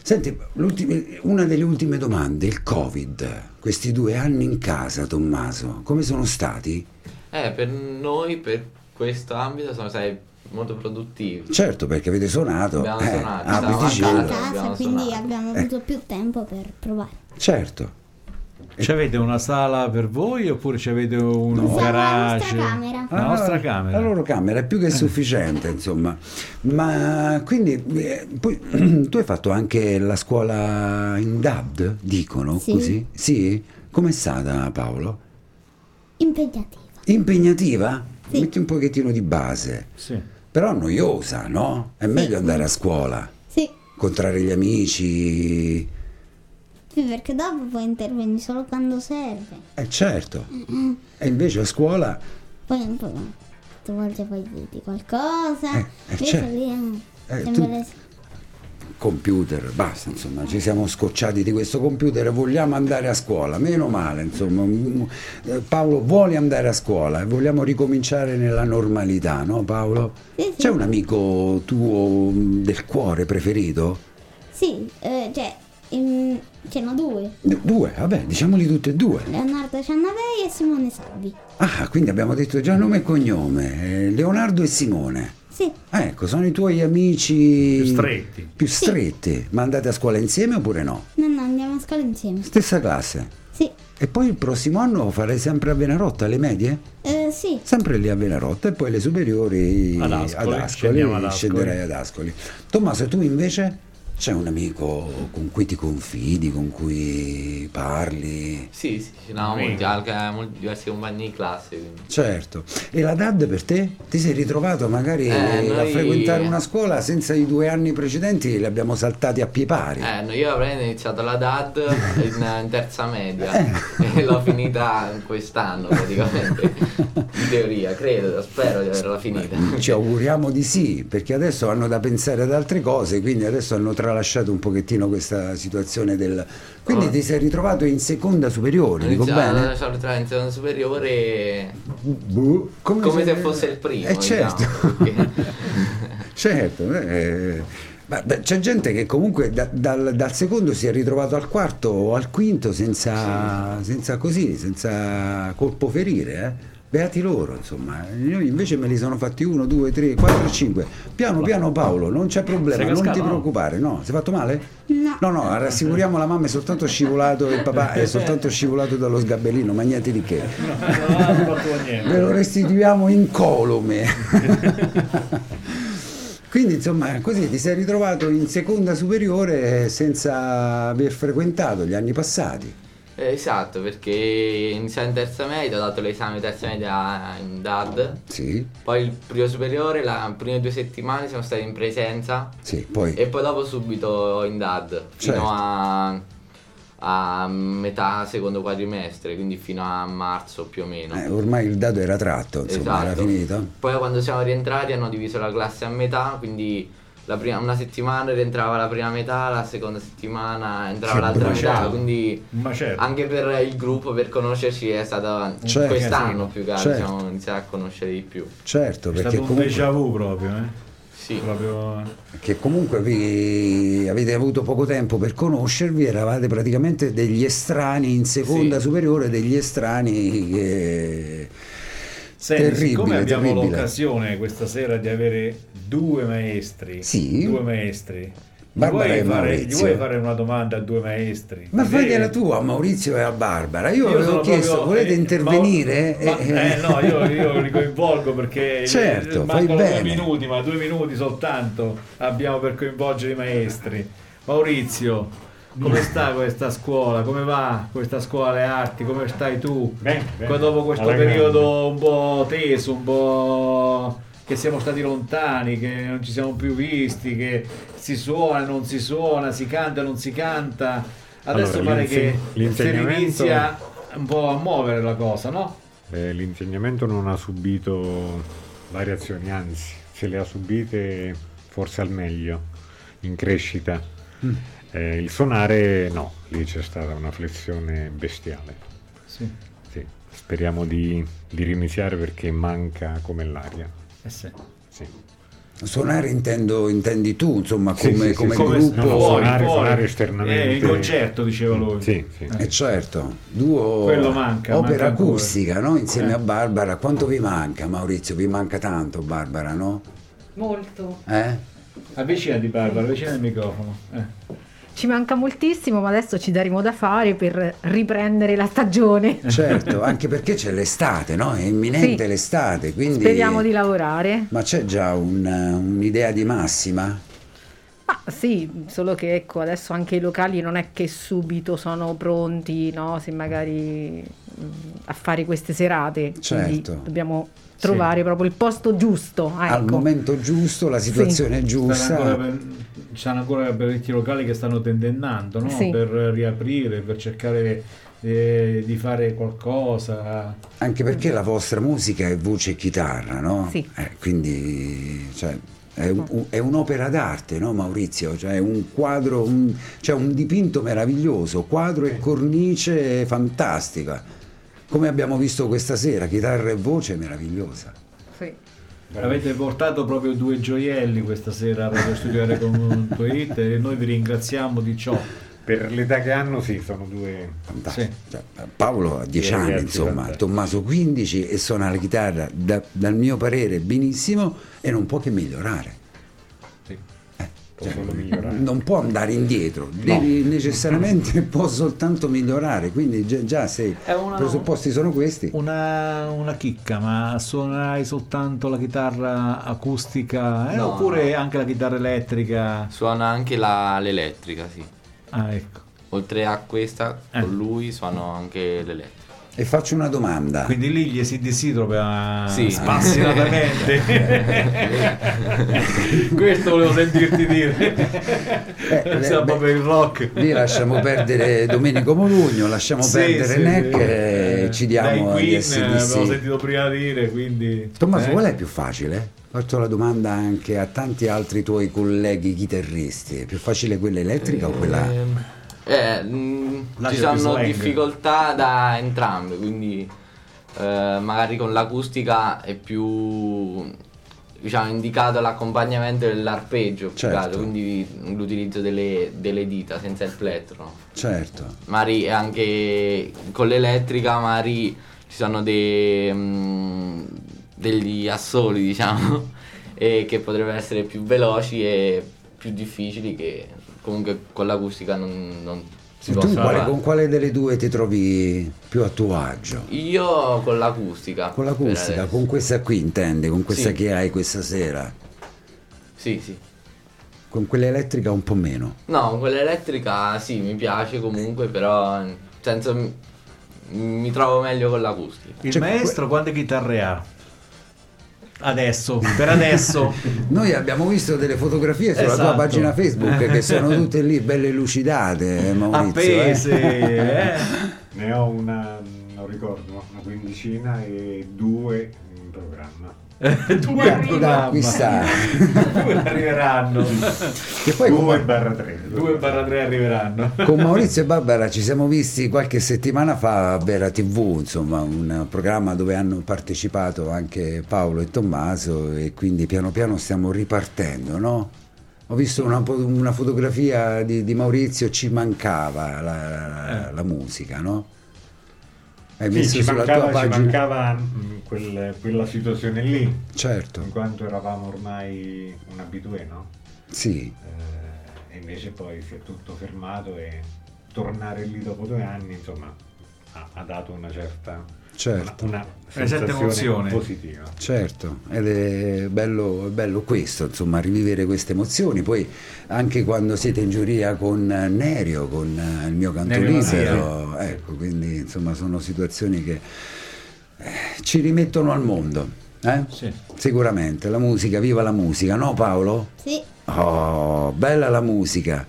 [SPEAKER 2] Senti, l'ultimi- una delle ultime domande, il Covid. Questi due anni in casa, Tommaso, come sono stati?
[SPEAKER 4] Eh, per noi, per questo ambito, sono stati molto produttivi.
[SPEAKER 2] Certo, perché avete suonato.
[SPEAKER 4] Abbiamo
[SPEAKER 2] eh,
[SPEAKER 4] suonato,
[SPEAKER 2] apriti
[SPEAKER 4] stavamo a
[SPEAKER 2] cielo.
[SPEAKER 3] in
[SPEAKER 4] Allora,
[SPEAKER 3] casa,
[SPEAKER 4] abbiamo
[SPEAKER 3] quindi
[SPEAKER 4] suonato.
[SPEAKER 3] abbiamo
[SPEAKER 2] Eh.
[SPEAKER 3] avuto più tempo per provare.
[SPEAKER 2] Certo.
[SPEAKER 1] Ci avete una sala per voi oppure ci avete un
[SPEAKER 3] Siamo alla
[SPEAKER 1] garage?
[SPEAKER 3] nostra camera.
[SPEAKER 1] La nostra camera.
[SPEAKER 2] Ah,
[SPEAKER 1] Eh.
[SPEAKER 2] La loro camera è più che sufficiente, insomma. Ma quindi eh, poi, tu hai fatto anche la scuola in DAD, dicono
[SPEAKER 3] Sì.
[SPEAKER 2] così? Sì? Com'è stata Paolo?
[SPEAKER 3] Impegnativa.
[SPEAKER 2] Impegnativa?
[SPEAKER 3] Sì.
[SPEAKER 2] Metti un pochettino di base.
[SPEAKER 1] Sì.
[SPEAKER 2] Però noiosa, no? È meglio andare a scuola,
[SPEAKER 3] Sì.
[SPEAKER 2] incontrare gli amici.
[SPEAKER 3] Sì, perché dopo poi interveni solo quando serve.
[SPEAKER 2] Eh certo. E invece a scuola
[SPEAKER 3] Poi un po'. Tu volte poi vedi qualcosa.
[SPEAKER 2] Eh, eh,
[SPEAKER 3] invece
[SPEAKER 2] certo.
[SPEAKER 3] lì eh,
[SPEAKER 2] Eh,
[SPEAKER 3] sembra-
[SPEAKER 2] computer, basta, insomma, ci siamo scocciati di questo computer e vogliamo andare a scuola, meno male, insomma, mm, eh, Paolo vuole andare a scuola e vogliamo ricominciare nella normalità, no Paolo?
[SPEAKER 3] Sì, sì.
[SPEAKER 2] C'è un amico tuo mm, del cuore preferito?
[SPEAKER 3] Sì, eh, cioè, in- c'erano due.
[SPEAKER 2] D- Due, vabbè, diciamoli tutti e due.
[SPEAKER 3] Leonardo Ciannavei e Simone Salvi.
[SPEAKER 2] Ah, quindi abbiamo detto già nome e cognome, eh, Leonardo e Simone.
[SPEAKER 3] Sì,
[SPEAKER 2] Ah, Ecco, sono i tuoi amici
[SPEAKER 1] Più stretti.
[SPEAKER 2] Più stretti, ma andate a scuola insieme oppure no?
[SPEAKER 3] no, no, andiamo a scuola insieme.
[SPEAKER 2] Stessa classe.
[SPEAKER 3] Sì,
[SPEAKER 2] E poi il prossimo anno farei sempre a Venarotta le medie?
[SPEAKER 3] eh, sì,
[SPEAKER 2] Sempre lì a Venarotta e poi le superiori
[SPEAKER 1] Ad Ascoli, scendiamo ad Ascoli.
[SPEAKER 2] scenderai ad Ascoli. Tommaso, tu invece c'è un amico con cui ti confidi, con cui parli?
[SPEAKER 4] Sì, sì, ci sono molti, anche eh, molti diversi compagni di classe. Quindi.
[SPEAKER 2] Certo. E la DAD per te? Ti sei ritrovato magari
[SPEAKER 4] Eh,
[SPEAKER 2] a
[SPEAKER 4] noi-
[SPEAKER 2] frequentare una scuola senza i due anni precedenti, li abbiamo saltati a pie pari.
[SPEAKER 4] Eh, no, io avrei iniziato la DAD in, eh, in terza media e l'ho finita quest'anno praticamente, in teoria, credo, spero di averla finita.
[SPEAKER 2] Ci auguriamo di sì, perché adesso hanno da pensare ad altre cose, quindi adesso hanno tralasciato un pochettino questa situazione del... Quindi
[SPEAKER 4] Ah. Esatto.
[SPEAKER 2] ti sei ritrovato in seconda superiore, dico
[SPEAKER 4] Iniziato,
[SPEAKER 2] bene?
[SPEAKER 4] sono entrato in seconda superiore e-
[SPEAKER 2] Boh,
[SPEAKER 4] come se fosse il primo.
[SPEAKER 2] Eh certo,
[SPEAKER 4] diciamo, perché-
[SPEAKER 2] certo. eh. Ma beh, c'è gente che comunque da- dal, dal secondo si è ritrovato al quarto o al quinto senza, senza così, senza colpo ferire, eh. Beati loro, insomma. Io invece me li sono fatti uno, due, tre, quattro, cinque. Piano piano Paolo, non c'è problema,
[SPEAKER 1] Sei
[SPEAKER 2] non ti
[SPEAKER 1] cascato, no?
[SPEAKER 2] preoccupare. No, si è fatto male?
[SPEAKER 3] No.
[SPEAKER 2] No, no, rassicuriamo la mamma è soltanto scivolato e il papà è soltanto scivolato dallo sgabellino, ma niente di che.
[SPEAKER 1] Non
[SPEAKER 4] Ecco.
[SPEAKER 1] hanno fatto niente.
[SPEAKER 2] Ve lo restituiamo in colome. Quindi insomma così ti sei ritrovato in seconda superiore senza aver frequentato gli anni passati.
[SPEAKER 4] Eh, esatto, perché iniziai in terza media, ho dato l'esame di terza media in DAD.
[SPEAKER 2] Sì,
[SPEAKER 4] Poi il primo superiore, la- le prime due settimane siamo stati in presenza
[SPEAKER 2] sì, poi
[SPEAKER 4] e poi dopo subito in DAD, fino
[SPEAKER 2] Certo.
[SPEAKER 4] a, a metà secondo quadrimestre, quindi fino a marzo più o meno.
[SPEAKER 2] eh, ormai il dado era tratto, insomma, era
[SPEAKER 4] Esatto.
[SPEAKER 2] finito.
[SPEAKER 4] Poi quando siamo rientrati hanno diviso la classe a metà, quindi la prima- una settimana rientrava la prima metà, la seconda settimana entrava
[SPEAKER 2] Che
[SPEAKER 4] l'altra
[SPEAKER 1] bruciato.
[SPEAKER 4] metà, quindi
[SPEAKER 1] Un macello.
[SPEAKER 4] anche per il gruppo, per conoscerci è stato
[SPEAKER 2] Certo.
[SPEAKER 4] quest'anno più che altro,
[SPEAKER 2] Certo.
[SPEAKER 4] siamo iniziati a conoscere di più.
[SPEAKER 2] Certo,
[SPEAKER 1] È
[SPEAKER 2] perché
[SPEAKER 1] stato un déjà
[SPEAKER 2] comunque,
[SPEAKER 1] vu proprio, eh?
[SPEAKER 4] Sì.
[SPEAKER 1] Proprio-
[SPEAKER 2] che comunque vi avete avuto poco tempo per conoscervi, eravate praticamente degli estranei in seconda
[SPEAKER 4] Sì.
[SPEAKER 2] superiore, degli estranei che...
[SPEAKER 1] Senti,
[SPEAKER 2] terribile,
[SPEAKER 1] siccome abbiamo
[SPEAKER 2] terribile.
[SPEAKER 1] l'occasione questa sera di avere due maestri,
[SPEAKER 2] Sì.
[SPEAKER 1] due maestri, gli
[SPEAKER 2] Barbara
[SPEAKER 1] vuoi, fare,
[SPEAKER 2] e
[SPEAKER 1] gli
[SPEAKER 2] Maurizio.
[SPEAKER 1] vuoi fare una domanda a due maestri?
[SPEAKER 2] Ma
[SPEAKER 1] Così-
[SPEAKER 2] fagliela tu a Maurizio e a Barbara. Io,
[SPEAKER 1] Io
[SPEAKER 2] avevo
[SPEAKER 1] sono
[SPEAKER 2] chiesto,
[SPEAKER 1] proprio-
[SPEAKER 2] volete
[SPEAKER 1] eh,
[SPEAKER 2] intervenire?
[SPEAKER 1] Ma, ma- eh, no, io, io li coinvolgo perché
[SPEAKER 2] Certo, fai
[SPEAKER 1] mancano
[SPEAKER 2] bene.
[SPEAKER 1] due minuti, ma due minuti soltanto abbiamo per coinvolgere i maestri. Maurizio,
[SPEAKER 2] Mm.
[SPEAKER 1] come sta questa scuola? Come va questa scuola alle arti? Come stai tu?
[SPEAKER 6] Bene, bene.
[SPEAKER 1] Qua Dopo questo
[SPEAKER 6] Alla grande.
[SPEAKER 1] periodo un po' teso, un po' che siamo stati lontani, che non ci siamo più visti, che si suona, non si suona, si canta, non si canta. Adesso
[SPEAKER 6] Allora,
[SPEAKER 1] pare
[SPEAKER 6] l'inse-
[SPEAKER 1] che si
[SPEAKER 6] l'insegnamento-
[SPEAKER 1] inizia un po' a muovere la cosa, no?
[SPEAKER 6] Eh, l'insegnamento non ha subito variazioni, anzi, se le ha subite forse al meglio, in crescita.
[SPEAKER 1] Mm.
[SPEAKER 6] Eh, il suonare no, lì c'è stata una flessione bestiale.
[SPEAKER 1] Sì.
[SPEAKER 6] Sì, speriamo di, di riniziare perché manca come l'aria.
[SPEAKER 1] Eh sì.
[SPEAKER 6] Sì.
[SPEAKER 2] Suonare intendo, intendi tu, insomma,
[SPEAKER 6] Sì,
[SPEAKER 2] come,
[SPEAKER 6] sì, sì,
[SPEAKER 2] come
[SPEAKER 6] sì.
[SPEAKER 1] Come
[SPEAKER 2] gruppo.
[SPEAKER 6] No, no,
[SPEAKER 1] fuori,
[SPEAKER 6] suonare-
[SPEAKER 1] fuori.
[SPEAKER 6] suonare esternamente.
[SPEAKER 1] Eh, il concerto, diceva lui.
[SPEAKER 6] Sì, sì.
[SPEAKER 2] Eh, certo, duo
[SPEAKER 1] Quello manca,
[SPEAKER 2] opera
[SPEAKER 1] manca ancora.
[SPEAKER 2] acustica, no? Insieme
[SPEAKER 1] Eh.
[SPEAKER 2] a Barbara. Quanto vi manca Maurizio? Vi manca tanto Barbara, no?
[SPEAKER 9] Molto.
[SPEAKER 2] Eh?
[SPEAKER 1] Avvicina di Barbara, avvicina il microfono. Eh.
[SPEAKER 9] Ci manca moltissimo, ma adesso ci daremo da fare per riprendere la stagione.
[SPEAKER 2] Certo, anche perché c'è l'estate, no? È imminente
[SPEAKER 9] Sì.
[SPEAKER 2] l'estate, quindi...
[SPEAKER 9] Speriamo di lavorare.
[SPEAKER 2] Ma c'è già un- un'idea di massima?
[SPEAKER 9] Ma sì, solo che ecco, adesso anche i locali non è che subito sono pronti, no? Se magari mh, a fare queste serate. Quindi
[SPEAKER 2] Certo.
[SPEAKER 9] dobbiamo trovare proprio il posto giusto. ah,
[SPEAKER 2] Al
[SPEAKER 9] ecco.
[SPEAKER 2] momento giusto, la situazione è
[SPEAKER 1] Stanno ancora
[SPEAKER 2] giusta.
[SPEAKER 1] per- ci sono ancora parecchi locali che stanno tendennando no?
[SPEAKER 9] Sì.
[SPEAKER 1] per riaprire, per cercare eh, di fare qualcosa.
[SPEAKER 2] Anche perché la vostra musica è voce e chitarra, no?
[SPEAKER 9] Sì.
[SPEAKER 2] Eh, quindi cioè, è, un- è un'opera d'arte, no Maurizio? Cioè è un quadro, un, cioè un dipinto meraviglioso, quadro e cornice fantastica. Come abbiamo visto questa sera, chitarra e voce meravigliosa.
[SPEAKER 9] Sì.
[SPEAKER 1] Avete portato proprio due gioielli questa sera a Radio Studio Con.it e noi vi ringraziamo di ciò.
[SPEAKER 6] Per l'età che hanno, sì, sono due.
[SPEAKER 2] Fantastico.
[SPEAKER 1] Sì.
[SPEAKER 2] Cioè, Paolo ha 10
[SPEAKER 6] Sì,
[SPEAKER 2] anni,
[SPEAKER 6] ragazzi,
[SPEAKER 2] insomma,
[SPEAKER 6] vabbè.
[SPEAKER 2] Tommaso 15 e suona la chitarra, da- dal mio parere, benissimo e non può che migliorare.
[SPEAKER 1] Sì.
[SPEAKER 6] Può solo migliorare.
[SPEAKER 2] non può andare indietro, devi necessariamente può soltanto migliorare, quindi già, già se i
[SPEAKER 1] È una-
[SPEAKER 2] presupposti sono questi,
[SPEAKER 1] Una, una chicca, ma suonerai soltanto la chitarra acustica eh,
[SPEAKER 4] No,
[SPEAKER 1] oppure
[SPEAKER 4] no.
[SPEAKER 1] anche la chitarra elettrica?
[SPEAKER 4] Suona anche la- l'elettrica, sì.
[SPEAKER 1] Ah, ecco.
[SPEAKER 4] Oltre a questa,
[SPEAKER 1] Eh.
[SPEAKER 4] con lui suono anche l'elettrica.
[SPEAKER 2] e faccio una domanda.
[SPEAKER 1] Quindi lì gli si disidropa
[SPEAKER 4] Sì.
[SPEAKER 1] spassinatamente. Questo volevo sentirti dire.
[SPEAKER 2] Eh, beh,
[SPEAKER 1] Siamo
[SPEAKER 2] beh,
[SPEAKER 1] proprio in rock.
[SPEAKER 2] Lì lasciamo perdere Domenico Molugno, lasciamo
[SPEAKER 1] Sì,
[SPEAKER 2] perdere
[SPEAKER 1] sì,
[SPEAKER 2] Neck
[SPEAKER 1] sì.
[SPEAKER 2] e ci
[SPEAKER 1] Dai
[SPEAKER 2] diamo agli
[SPEAKER 1] Queen, avevo
[SPEAKER 2] SDC.
[SPEAKER 1] sentito prima dire, quindi...
[SPEAKER 2] Tommaso,
[SPEAKER 1] Eh?
[SPEAKER 2] qual è più facile? Faccio la domanda anche a tanti altri tuoi colleghi chitarristi, è più facile quella elettrica o quella...
[SPEAKER 4] Ehm, eh, mh,
[SPEAKER 1] Là
[SPEAKER 4] ci
[SPEAKER 1] c'è più
[SPEAKER 4] sono
[SPEAKER 1] slang.
[SPEAKER 4] difficoltà da entrambe, quindi eh, magari con l'acustica è più diciamo indicato l'accompagnamento dell'arpeggio, più che
[SPEAKER 2] Certo.
[SPEAKER 4] altro, quindi l'utilizzo delle, delle dita senza il plettro.
[SPEAKER 2] Certo,
[SPEAKER 4] Magari anche con l'elettrica magari ci sono dei, mh, degli assoli, diciamo, e che potrebbero essere più veloci e più difficili che comunque con l'acustica non, non si
[SPEAKER 2] tu
[SPEAKER 4] possono
[SPEAKER 2] quale-
[SPEAKER 4] fare.
[SPEAKER 2] con quale delle due ti trovi più a tuo agio?
[SPEAKER 4] Io con l'acustica.
[SPEAKER 2] Con
[SPEAKER 4] per
[SPEAKER 2] l'acustica,
[SPEAKER 4] adesso.
[SPEAKER 2] con questa qui intendi, con questa
[SPEAKER 4] Sì.
[SPEAKER 2] che hai questa sera.
[SPEAKER 4] Sì, sì.
[SPEAKER 2] Con quella elettrica un po' meno.
[SPEAKER 4] No, quella elettrica sì, mi piace comunque, però nel senso, mi, mi trovo meglio con l'acustica.
[SPEAKER 1] Il
[SPEAKER 2] Cioè,
[SPEAKER 1] maestro quante chitarre ha? Adesso, per adesso.
[SPEAKER 2] Noi abbiamo visto delle fotografie sulla tua
[SPEAKER 1] Esatto.
[SPEAKER 2] pagina Facebook che sono tutte lì belle lucidate, eh, Maurizio. eh.
[SPEAKER 1] Appese, eh.
[SPEAKER 6] Ne ho una, non ricordo, una quindicina e due in programma.
[SPEAKER 1] Due
[SPEAKER 2] Da
[SPEAKER 1] programma.
[SPEAKER 2] acquistare.
[SPEAKER 1] Due arriveranno.
[SPEAKER 2] Che poi con-
[SPEAKER 6] 2 barra 3.
[SPEAKER 1] 2 barra 3 arriveranno.
[SPEAKER 2] Con Maurizio e Barbara ci siamo visti qualche settimana fa a Vera TV, insomma, un programma dove hanno partecipato anche Paolo e Tommaso e quindi piano piano stiamo ripartendo, no? Ho visto una, po- una fotografia di, di Maurizio, ci mancava la, la- la musica, no? Hai
[SPEAKER 6] Eh. Sì,
[SPEAKER 2] messo
[SPEAKER 6] ci
[SPEAKER 2] sulla
[SPEAKER 6] mancava,
[SPEAKER 2] tua
[SPEAKER 6] ci
[SPEAKER 2] pagina.
[SPEAKER 6] mancava, mh, quel- quella situazione lì, in
[SPEAKER 2] Certo,
[SPEAKER 6] quanto eravamo ormai un abitué, no?
[SPEAKER 2] sì.
[SPEAKER 6] Eh, e invece poi si è tutto fermato e tornare lì dopo due anni, insomma, ha, ha dato una certa,
[SPEAKER 2] Certo.
[SPEAKER 6] una, una
[SPEAKER 1] certa
[SPEAKER 6] sensazione
[SPEAKER 1] emozione.
[SPEAKER 6] positiva.
[SPEAKER 2] Certo, ed è bello, è bello questo, insomma, rivivere queste emozioni. Poi anche quando siete in giuria con eh, Nerio, con eh, il
[SPEAKER 1] Nerio
[SPEAKER 2] mio cantolisero, ecco, quindi insomma sono situazioni che eh, ci rimettono al mondo. eh?
[SPEAKER 1] Sì.
[SPEAKER 2] Sicuramente, la musica, viva la musica, no Paolo?
[SPEAKER 3] Sì,
[SPEAKER 2] Oh, bella la musica.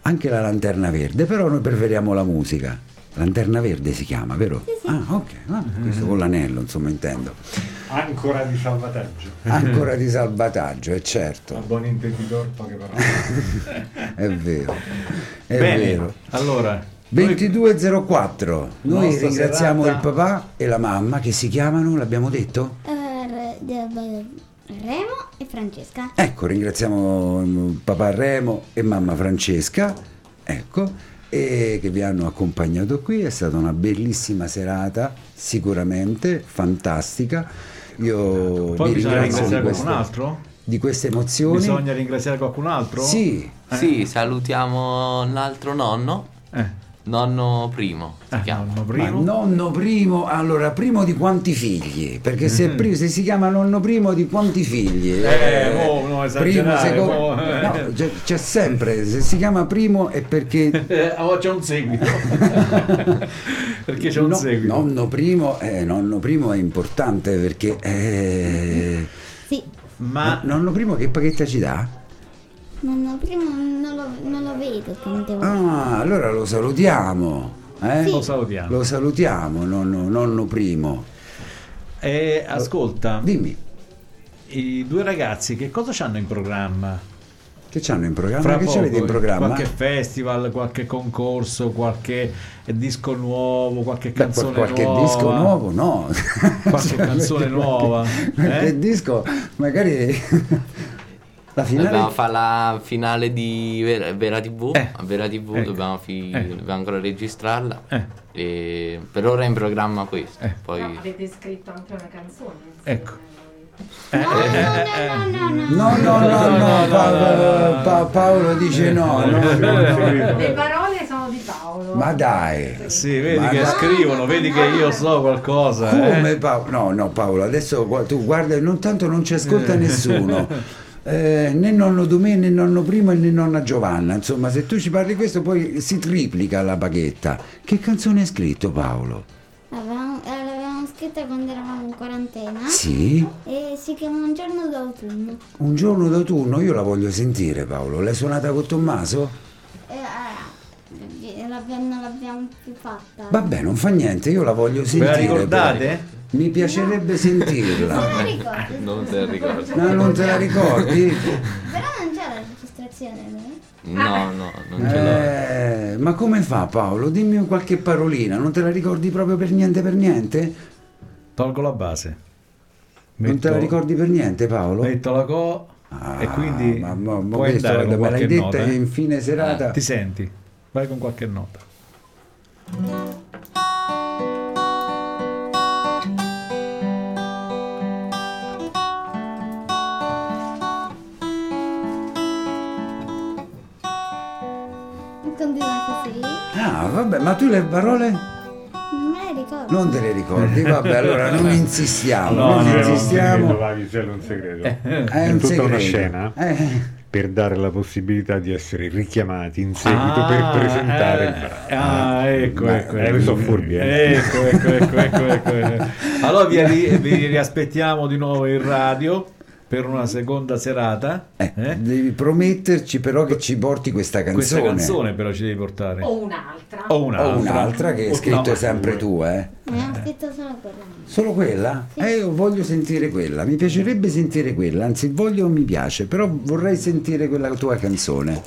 [SPEAKER 2] Anche la lanterna verde, però noi preferiamo la musica. Lanterna verde si chiama, vero? Ah, ok, ah, questo con l'anello, insomma, intendo.
[SPEAKER 6] Ancora di salvataggio.
[SPEAKER 2] Ancora di salvataggio, è
[SPEAKER 6] A
[SPEAKER 2] certo,
[SPEAKER 6] buon intenditore, poche parole.
[SPEAKER 2] è vero. È
[SPEAKER 1] Bene,
[SPEAKER 2] vero.
[SPEAKER 1] allora.
[SPEAKER 2] 2204, noi
[SPEAKER 1] Nostra
[SPEAKER 2] ringraziamo
[SPEAKER 1] serata.
[SPEAKER 2] il papà e la mamma che si chiamano, l'abbiamo detto?
[SPEAKER 3] eh, Re- de- de- Remo e Francesca.
[SPEAKER 2] Ecco, ringraziamo mm, papà Remo e mamma Francesca, ecco, e che vi hanno accompagnato qui, è stata una bellissima serata, sicuramente fantastica. Io
[SPEAKER 1] Poi
[SPEAKER 2] vi
[SPEAKER 1] bisogna
[SPEAKER 2] ringrazio di
[SPEAKER 1] ringraziare
[SPEAKER 2] queste,
[SPEAKER 1] qualcun altro?
[SPEAKER 2] di queste emozioni.
[SPEAKER 1] Bisogna ringraziare qualcun altro?
[SPEAKER 2] Sì,
[SPEAKER 4] Sì, salutiamo l'altro nonno,
[SPEAKER 1] Eh,
[SPEAKER 4] nonno primo, si
[SPEAKER 1] eh,
[SPEAKER 4] chiama.
[SPEAKER 1] nonno
[SPEAKER 2] Ma
[SPEAKER 1] primo.
[SPEAKER 2] nonno primo, allora primo di quanti figli? Perché se, pri- se si chiama nonno primo di quanti figli?
[SPEAKER 1] Mm-hmm. Eh, mo, no,
[SPEAKER 2] primo,
[SPEAKER 1] esagerare,
[SPEAKER 2] secondo,
[SPEAKER 1] mo. eh.
[SPEAKER 2] no, c'è, c'è sempre, se si chiama primo è perché...
[SPEAKER 1] Eh, oh, c'è un seguito. Perché c'è un
[SPEAKER 2] no-
[SPEAKER 1] seguito.
[SPEAKER 2] Nonno primo, eh, nonno primo è importante perché... eh,
[SPEAKER 3] Sì,
[SPEAKER 1] Ma
[SPEAKER 2] Nonno primo che paghetta ci dà?
[SPEAKER 3] nonno primo non lo, non lo vedo tante volte.
[SPEAKER 2] Ah, allora lo salutiamo. eh?
[SPEAKER 1] lo salutiamo.
[SPEAKER 2] Lo salutiamo, nonno, nonno primo.
[SPEAKER 1] Eh, ascolta,
[SPEAKER 2] Dimmi,
[SPEAKER 1] i due ragazzi che cosa hanno in programma?
[SPEAKER 2] che c'hanno in programma?
[SPEAKER 1] Fra
[SPEAKER 2] che
[SPEAKER 1] poco, eh,
[SPEAKER 2] ci avete in programma?
[SPEAKER 1] Qualche festival, qualche concorso, qualche disco nuovo, qualche
[SPEAKER 2] Beh,
[SPEAKER 1] canzone
[SPEAKER 2] qualche
[SPEAKER 1] nuova.
[SPEAKER 2] disco nuovo no
[SPEAKER 1] Qualche
[SPEAKER 2] Cioè,
[SPEAKER 1] canzone nuova,
[SPEAKER 2] qualche
[SPEAKER 1] eh?
[SPEAKER 2] disco magari la
[SPEAKER 4] Dobbiamo
[SPEAKER 2] finale
[SPEAKER 4] fare la finale di Vera, Vera TV.
[SPEAKER 1] Eh,
[SPEAKER 4] a Vera TV
[SPEAKER 1] ecco,
[SPEAKER 4] dobbiamo, fi-
[SPEAKER 1] ecco.
[SPEAKER 4] dobbiamo ancora registrarla.
[SPEAKER 1] Eh.
[SPEAKER 4] E per ora è in programma questo.
[SPEAKER 1] Eh.
[SPEAKER 4] Poi
[SPEAKER 9] avete scritto anche una canzone.
[SPEAKER 1] Ecco.
[SPEAKER 2] no
[SPEAKER 3] No, no, no, no, no.
[SPEAKER 2] no no no,
[SPEAKER 1] no,
[SPEAKER 2] Pa-
[SPEAKER 1] no, no.
[SPEAKER 2] Pa- Paolo dice no, no, no.
[SPEAKER 9] Le parole sono di Paolo.
[SPEAKER 2] ma dai
[SPEAKER 1] Sì, vedi
[SPEAKER 2] Ma
[SPEAKER 1] che
[SPEAKER 2] dai.
[SPEAKER 1] scrivono, vedi che io so qualcosa.
[SPEAKER 2] come
[SPEAKER 1] eh.
[SPEAKER 2] Paolo no no Paolo adesso gu- tu guarda non tanto non ci ascolta nessuno Eh, né nonno Domè né nonno Primo né nonna Giovanna insomma se tu ci parli questo poi si triplica la baghetta che canzone hai scritto Paolo?
[SPEAKER 3] Avevamo- eh, l'avevamo scritta quando eravamo in quarantena.
[SPEAKER 2] sì?
[SPEAKER 3] E si chiama Un giorno d'autunno.
[SPEAKER 2] Un giorno d'autunno io la voglio sentire Paolo, l'hai suonata con Tommaso?
[SPEAKER 3] E eh, l'abbia- non l'abbiamo più fatta.
[SPEAKER 2] Vabbè, non fa niente, io la
[SPEAKER 1] Ve
[SPEAKER 2] voglio
[SPEAKER 1] la
[SPEAKER 2] sentire.
[SPEAKER 1] ricordate?
[SPEAKER 2] però. Mi piacerebbe sentirla.
[SPEAKER 3] Non ricordo.
[SPEAKER 4] non te la ricordo.
[SPEAKER 2] No, non te la ricordi?
[SPEAKER 3] Però non c'è la registrazione, no?
[SPEAKER 4] No, no, non ce l'ho.
[SPEAKER 2] Eh, ma come fa Paolo? Dimmi un qualche parolina, non te la ricordi proprio per niente per niente?
[SPEAKER 1] Tolgo la base.
[SPEAKER 2] Non te la
[SPEAKER 1] Metto-
[SPEAKER 2] ricordi per niente Paolo? Ah,
[SPEAKER 1] Metto la co e quindi
[SPEAKER 2] ma, ma, ma
[SPEAKER 1] puoi
[SPEAKER 2] questo,
[SPEAKER 1] andare con
[SPEAKER 2] me l'hai
[SPEAKER 1] qualche
[SPEAKER 2] detta
[SPEAKER 1] nota. eh.
[SPEAKER 2] in fine serata.
[SPEAKER 1] Ti senti? Vai con qualche nota.
[SPEAKER 3] Continua così.
[SPEAKER 2] Ah, vabbè, ma tu le parole?
[SPEAKER 3] Non me le ricordo.
[SPEAKER 2] Non te le ricordi? Vabbè, allora non insistiamo,
[SPEAKER 1] No,
[SPEAKER 2] non
[SPEAKER 1] no,
[SPEAKER 2] insistiamo.
[SPEAKER 6] va un segreto.
[SPEAKER 1] Eh.
[SPEAKER 2] È
[SPEAKER 6] È
[SPEAKER 2] un
[SPEAKER 6] tutta una
[SPEAKER 2] segreto.
[SPEAKER 6] scena
[SPEAKER 2] Eh.
[SPEAKER 6] per dare la possibilità di essere richiamati in seguito
[SPEAKER 1] Ah,
[SPEAKER 6] per presentare il
[SPEAKER 1] eh,
[SPEAKER 6] brano.
[SPEAKER 1] Ah, ecco,
[SPEAKER 6] Beh,
[SPEAKER 1] ecco.
[SPEAKER 6] eh,
[SPEAKER 1] ecco.
[SPEAKER 6] sono furbi, eh.
[SPEAKER 1] Ecco, ecco, ecco, ecco, ecco, ecco. Allora vi, ri- vi riaspettiamo di nuovo in radio per una seconda serata.
[SPEAKER 2] Eh,
[SPEAKER 1] eh?
[SPEAKER 2] Devi prometterci però che ci porti questa canzone.
[SPEAKER 1] Questa canzone però ci devi portare.
[SPEAKER 9] O un'altra.
[SPEAKER 1] O
[SPEAKER 2] O
[SPEAKER 1] un'altra.
[SPEAKER 2] un'altra che
[SPEAKER 1] O-
[SPEAKER 2] è scritto
[SPEAKER 1] no,
[SPEAKER 2] sempre tu, eh?
[SPEAKER 3] Mi hanno scritto solo quella.
[SPEAKER 2] Solo quella? Eh, io voglio sentire quella, mi piacerebbe sentire quella, anzi voglio mi piace, però vorrei sentire quella tua canzone.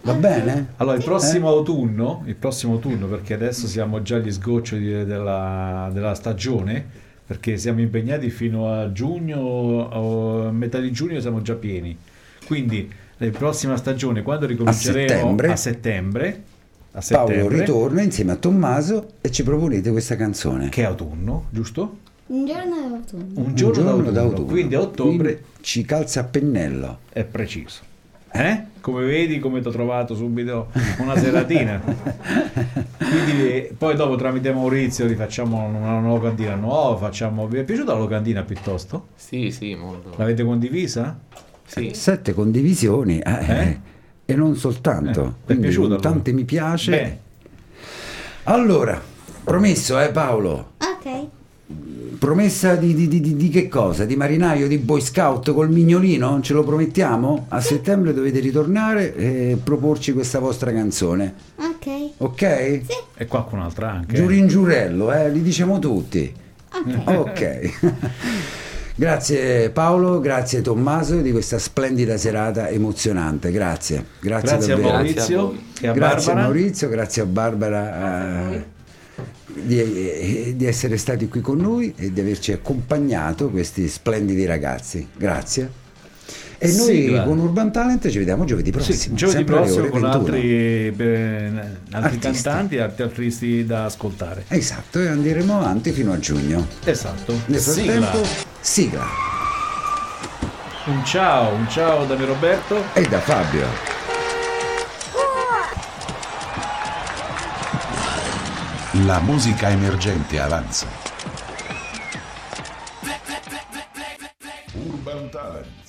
[SPEAKER 2] Va bene?
[SPEAKER 1] Allora, il prossimo
[SPEAKER 2] Eh?
[SPEAKER 1] autunno, il prossimo autunno, perché adesso siamo già agli sgoccioli di- della, della stagione, perché siamo impegnati fino a giugno, o a metà di giugno siamo già pieni. Quindi, la prossima stagione, quando ricominceremo
[SPEAKER 2] settembre.
[SPEAKER 1] a settembre, a
[SPEAKER 2] Paolo
[SPEAKER 1] settembre,
[SPEAKER 2] ritorna insieme a Tommaso e ci proponete questa canzone.
[SPEAKER 1] che è autunno, giusto?
[SPEAKER 3] Un giorno di autunno.
[SPEAKER 1] Un giorno, d'autunno, quindi a ottobre
[SPEAKER 2] Quindi ci calza a pennello.
[SPEAKER 1] è preciso. Eh? Come vedi, come ti ho trovato subito una seratina. Quindi, eh, poi dopo tramite Maurizio rifacciamo una locandina nuova. Facciamo... Vi è piaciuta la locandina piuttosto?
[SPEAKER 4] Sì, sì, molto.
[SPEAKER 1] L'avete condivisa?
[SPEAKER 4] Sì.
[SPEAKER 2] Sette condivisioni eh,
[SPEAKER 1] Eh?
[SPEAKER 2] e non soltanto.
[SPEAKER 1] è
[SPEAKER 2] Certo. quindi
[SPEAKER 1] piaciuto,
[SPEAKER 2] con
[SPEAKER 1] allora?
[SPEAKER 2] tanti mi piace.
[SPEAKER 1] Bene.
[SPEAKER 2] Allora, promesso eh Paolo?
[SPEAKER 3] Ok.
[SPEAKER 2] Promessa di, di- di- di- di che cosa? Di marinaio, di boy scout col mignolino? Ce lo promettiamo? A settembre dovete ritornare e proporci questa vostra canzone,
[SPEAKER 3] Ok.
[SPEAKER 2] ok?
[SPEAKER 1] E qualcun'altra anche.
[SPEAKER 2] Giurin giurello, eh, li diciamo tutti.
[SPEAKER 3] Ok.
[SPEAKER 2] Ok. grazie Paolo, grazie Tommaso di questa splendida serata emozionante. Grazie, grazie,
[SPEAKER 1] Grazie a
[SPEAKER 2] davvero.
[SPEAKER 4] Grazie a
[SPEAKER 1] Maurizio
[SPEAKER 4] voi.
[SPEAKER 1] e a
[SPEAKER 2] grazie a
[SPEAKER 1] Barbara.
[SPEAKER 2] Maurizio, grazie a Barbara eh, di, eh, di essere stati qui con noi e di averci accompagnato questi splendidi ragazzi. Grazie. E noi
[SPEAKER 1] Sigla.
[SPEAKER 2] con Urban Talent ci vediamo giovedì prossimo.
[SPEAKER 1] Sì, giovedì
[SPEAKER 2] sempre alle
[SPEAKER 1] prossimo
[SPEAKER 2] ore
[SPEAKER 1] con
[SPEAKER 2] 21.
[SPEAKER 1] altri, eh, altri
[SPEAKER 2] Artisti.
[SPEAKER 1] cantanti e altri artisti da ascoltare.
[SPEAKER 2] Esatto, e andremo avanti fino a giugno.
[SPEAKER 1] Esatto.
[SPEAKER 2] Nel
[SPEAKER 1] Sigla.
[SPEAKER 2] frattempo, sigla.
[SPEAKER 1] Un ciao, un ciao da me Roberto.
[SPEAKER 2] E da Fabio.
[SPEAKER 10] La musica emergente avanza. Urban Talent.